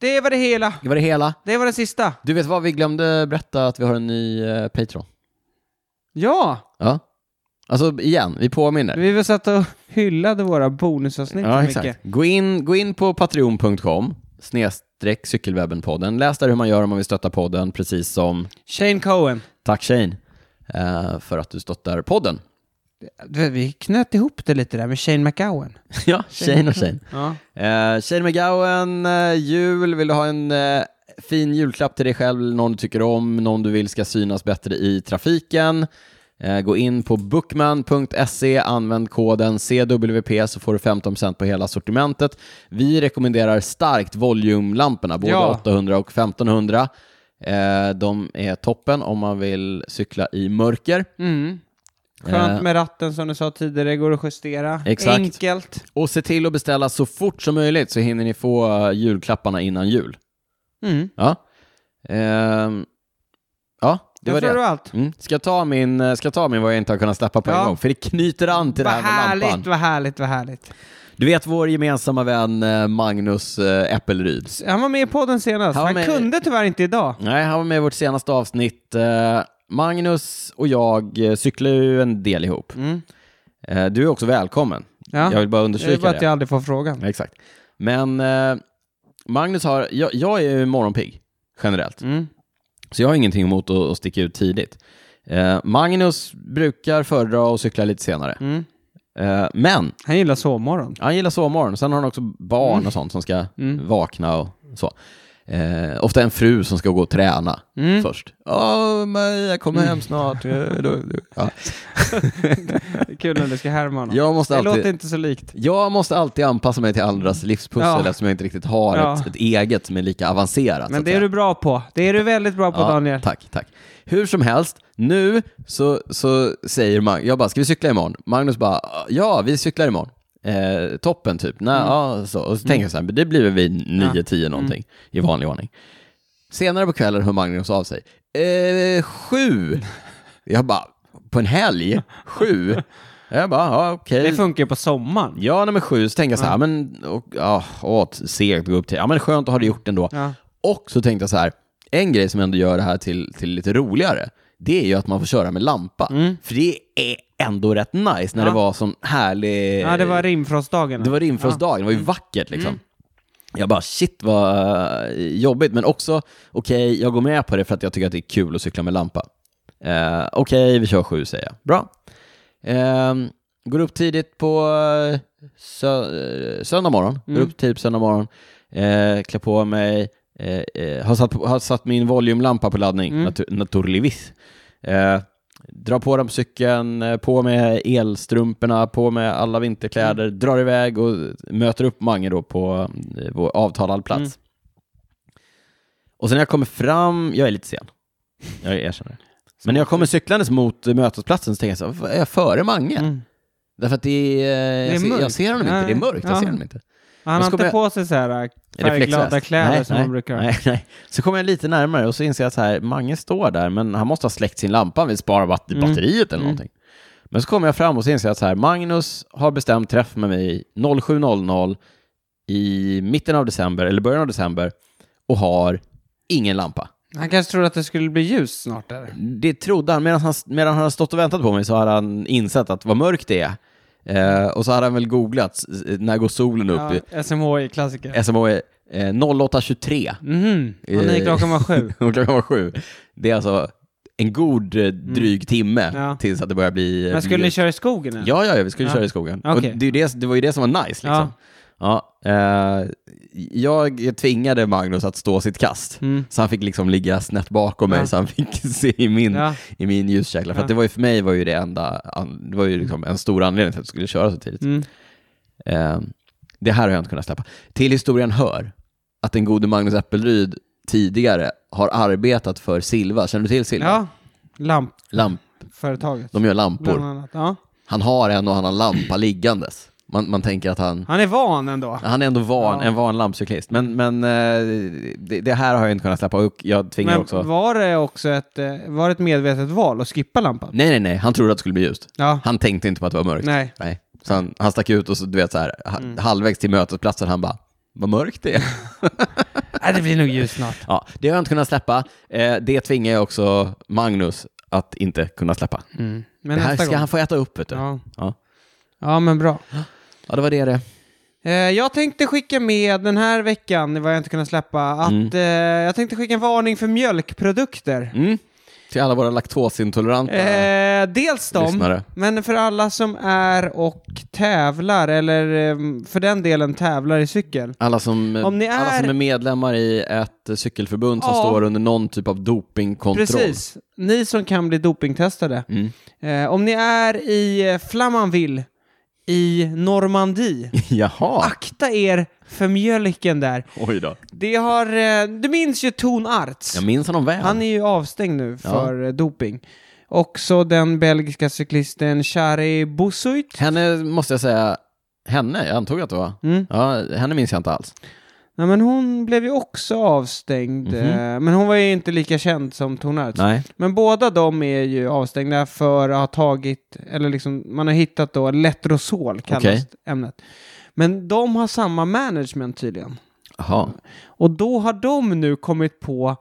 Det var det hela. Det var det hela. Det var det sista. Du vet vad, vi glömde berätta att vi har en ny eh, Patreon. Ja, Ja. Alltså igen, vi påminner. vi var satt och hyllade våra bonusavsnitt Ja, så exakt. mycket. Gå in, gå in på patreon.com snedstreck cykelwebben-podden. Läs där hur man gör om man vill stötta podden, precis som Shane Cohen. Tack Shane eh, för att du stöttar podden. Du vet, Vi knöt ihop det lite där med Shane McGowan. ja, Shane och Shane. Ja. Eh, Shane McGowan, eh, jul, vill du ha en eh, fin julklapp till dig själv, någon du tycker om, någon du vill ska synas bättre i trafiken? Eh, gå in på bookman.se, använd koden CWP så får du 15% på hela sortimentet. Vi rekommenderar starkt Volume-lamporna, både Ja. 800 och 1500. Eh, de är toppen om man vill cykla i mörker. Mm. Skönt Eh. med ratten som du sa tidigare, går att justera. Exakt. Enkelt. Och se till att beställa så fort som möjligt så hinner ni få eh, julklapparna innan jul. Mm. Ja. Ehm, ja, det jag var tror det det. var allt. Mm. Ska, jag ta min, eh, ska jag ta min vad jag inte har kunnat släppa på Ja. en gång? För det knyter an till Vad det här med härligt, lampan. vad härligt, vad härligt. Du vet vår gemensamma vän eh, Magnus eh, Äppelryd. Han var med i podden senast. Han var Han, med- kunde tyvärr inte idag. Nej, han var med i vårt senaste avsnitt. Eh, Magnus och jag eh, cyklar ju en del ihop. Mm. Eh, du är också välkommen. Ja. Jag vill bara det är understryka bara det. att jag aldrig får frågan. Ja, Exakt. Men eh, Magnus har, jag, jag är ju morgonpigg generellt. Mm. Så jag har ingenting emot att, att sticka ut tidigt. Eh, Magnus brukar föredra att cykla lite senare. Mm. Eh, men Han gillar sovmorgon. han gillar sovmorgon. Sen har han också barn och sånt som ska Mm. vakna och så. Eh, ofta en fru som ska gå och träna Mm. först. Åh, Maria, jag kommer hem snart. Eh, då- då- ja. Det är Kul när du ska härma honom. Jag, måste det låter alltid, inte så likt. jag måste alltid anpassa mig till andras livspussel Ja. eftersom jag inte riktigt har Ja. ett, ett eget som är lika avancerat. så Men att det är säga. du bra på. Det är du väldigt bra på, Ja, Daniel. Tack, tack. Hur som helst, nu så, så säger man, jag bara, ska vi cykla imorgon? Magnus bara, ja, vi cyklar imorgon. Eh, toppen typ. Nä, Mm. ja, så. Och så tänker jag så här, men det blir väl vid 9-10 någonting i vanlig ordning. Senare på kvällen hör Magnus av sig, eh, sju. Jag bara, på en helg? Sju? Jag bara, ja, okej. Det funkar ju på sommaren. Ja, nummer sju, så tänker jag så här, men, och, ja, åt, segt att gå upp till, ja men skönt att ha det gjort ändå. Ja. Och så tänkte jag så här, en grej som ändå gör det här till, till lite roligare, det är ju att man får köra med lampa. För det är ändå rätt nice när Mm. Ja. det var sån härlig... Ja, det var Mm. rimfrostdagen. Det var rimfrostdagen, det var ju vackert liksom. Jag bara shit vad eh, jobbigt, men också okej, jag går med på det för att jag tycker att det är kul att cykla med lampa. Eh, okej, vi kör sju säger jag. Bra. Ehm, går upp tidigt på eh, sö- eh, söndag morgon. Går upp tidigt på söndag morgon. Eh, klär på mig. Eh, eh, har, satt, har satt min volumlampa på laddning, natu- naturligtvis. Eh, drar på den på cykeln, eh, på med elstrumporna, på med alla vinterkläder, drar iväg och möter upp Mange då på eh, vår avtalad plats. Mm. Och sen när jag kommer fram, jag är lite sen. Jag erkänner det. Men när jag kommer cyklandes mot eh, mötesplatsen så tänker jag så här, "Vad är jag före Mange? Mm. Därför att det är, eh, Det är jag, ser, jag mörkt. ser honom inte, det är Nej. mörkt, jag Ja. ser honom inte. Han Jag har ska inte börja- på sig så här äh, färgglada Reflexväst? kläder nej, som nej, man brukar ha. nej, nej. Så kommer jag lite närmare och så inser jag så här, Mange står där, men han måste ha släckt sin lampa, han vill spara batter- Mm. batteriet eller någonting. Men så kommer jag fram och så inser jag så här, Magnus har bestämt träff med mig 07.00 i mitten av december, eller början av december, och har ingen lampa. Han kanske trodde att det skulle bli ljus snart där. Det trodde han. Medan han, medan han hade stått och väntat på mig så hade han insett att vad mörkt det är. Eh, och så hade han väl googlat, s- när går solen upp? Ja, SMHI-klassiker. SMHI eh, 08.23 Mhm. Och ni Eh. klockan var sju. och klockan var sju. Det är alltså en god eh, dryg timme Mm. Ja. tills att det börjar bli... eh, Men skulle bli- ni köra i skogen? Eller? Ja, ja, ja, vi skulle Ja. köra i skogen. Okej. Och det, är ju det, det var ju det som var nice. Liksom. Ja. eh, jag tvingade Magnus att stå sitt kast. Mm. Så han fick liksom ligga snett bakom mig Ja. så han fick se i min, Ja. i min ljuskägla. För Ja. att det var ju för mig var ju det enda, an- det var ju liksom en stor anledning till att jag skulle köra så tidigt. Mm. Eh, det här har jag inte kunnat släppa. Till historien hör att den gode Magnus Äppelryd tidigare har arbetat för Silva. Känner du till Silva? ja. Lampföretaget. Lamp, de gör Bland lampor. annat. Ja. Han har en och annan lampa liggandes. Man, man tänker att han... Han är van ändå. Han är ändå van, Ja. en van lampcyklist. Men, men eh, det, det här har jag inte kunnat släppa och jag tvingar Men också... var det också ett, eh, var det ett medvetet val att skippa lampan? Nej, nej, nej. Han trodde att det skulle bli ljust. Ja. Han tänkte inte på att det var mörkt. Nej. Så han, han stack ut och så, du vet, så här, ha- halvvägs till mötesplatsen, han bara, vad mörkt det är. Nej, det blir nog ljus snart. Ja, det har jag inte kunnat släppa. Eh, det tvingar jag också Magnus att inte kunna släppa. Men Mm. det här nästa ska gång. han få äta upp, vet du. Ja. Ja. Ja. ja, men bra. det var det det. Eh, jag tänkte skicka med den här veckan, det var jag inte kunnat släppa, att Mm. eh, jag tänkte skicka en varning för mjölkprodukter. Mm. Till alla våra laktosintoleranta. Eh, dels de, Lyssnare. men för alla som är och tävlar, eller eh, för den delen tävlar i cykel. Alla som, eh, om ni alla är- som är medlemmar i ett eh, cykelförbund som Ja. står under någon typ av dopingkontroll. Precis, ni som kan bli dopingtestade. Mm. Eh, om ni är i eh, Flamanville i Normandie, Jaha, akta er för mjölken där. oj då. Det har, eh, du minns ju Ton Arts. Jag minns honom väl. Han är ju avstängd nu för eh, doping. Också den belgiska cyklisten Shari Boussuit. Henne måste jag säga, henne, jag antog att det var. Mm. Ja, henne minns jag inte alls. Nej, men hon blev ju också avstängd. Mhm. eh, Men hon var ju inte lika känd som Ton Arts. Nej. Men båda de är ju avstängda för att ha tagit, eller liksom, man har hittat då, letrozol kallas Okej. ämnet. Men de har samma management tydligen. Jaha. Och då har de nu kommit på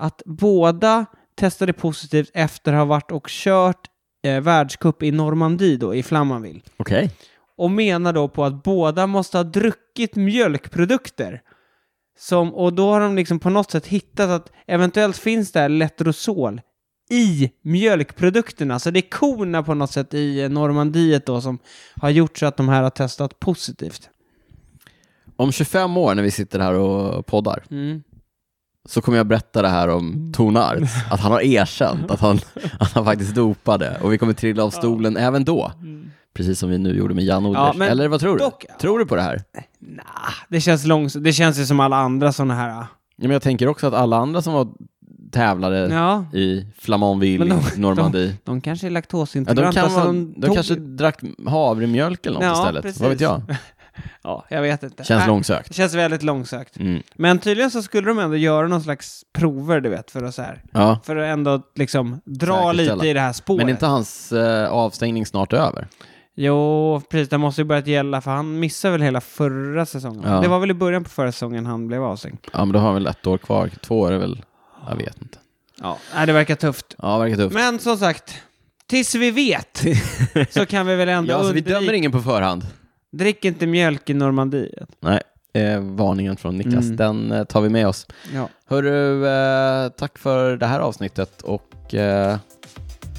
att båda testade positivt efter att ha varit och kört eh, världscup i Normandie då, i Flamanville. Okej. Och menar då på att båda måste ha druckit mjölkprodukter. Som, och då har de liksom på något sätt hittat att eventuellt finns det här letrozol i mjölkprodukterna. Så det är korna på något sätt i eh, Normandiet då som har gjort så att de här har testat positivt. Om 25 år när vi sitter här och poddar, så kommer jag berätta det här Mm. om Tonart, att han har erkänt att han, att han faktiskt dopade och vi kommer trilla av stolen även då. Precis som vi nu gjorde med Jan Oders. Ja, men Eller vad tror du? Mm. dock- Tror du på det här? Nah, det känns långsamt. Det känns ju som alla andra sådana här. ah. Ja, men jag tänker också att alla andra som var tävlade Ja, i Flamanville, Men Normandie, de kanske är ja, de, laktosintoleranta. kan så vara, de alltså de, tog- kanske drack havremjölk eller något Ja, istället. precis. Vad vet jag? Ja, jag vet inte. Känns Nej, långsökt. Det känns väldigt långsökt. Mm. Men tydligen så skulle de ändå göra någon slags prover, du vet, för att, så här, Ja. för att ändå liksom dra Säkerställa. lite i det här spåret. Men inte hans eh, avstängning snart över? Jo, precis. Det måste ju börjat gälla för han missade väl hela förra säsongen. Ja. Det var väl i början på förra säsongen han blev avstängd. Ja, men då har han väl ett år kvar. Två år är väl... Jag vet inte. Ja, nej, det verkar tufft. Ja, verkar tufft. Men som sagt, tills vi vet så kan vi väl ändå Ja, så vi undvika... dömer ingen på förhand. Drick inte mjölk i Normandiet. Nej, eh, varningen från Niklas, Mm. den eh, tar vi med oss. Ja. Hörru, eh, tack för det här avsnittet och eh,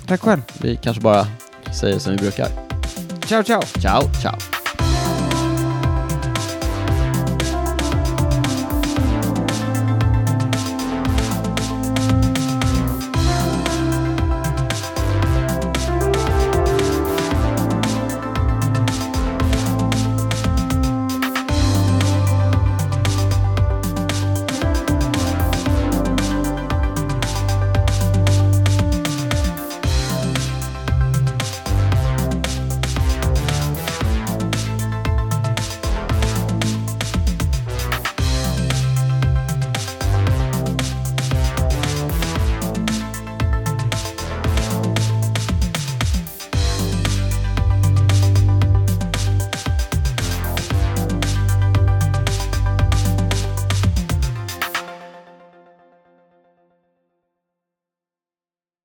Tack själv. vi kanske bara säger som vi brukar. Ciao, ciao! Ciao, ciao.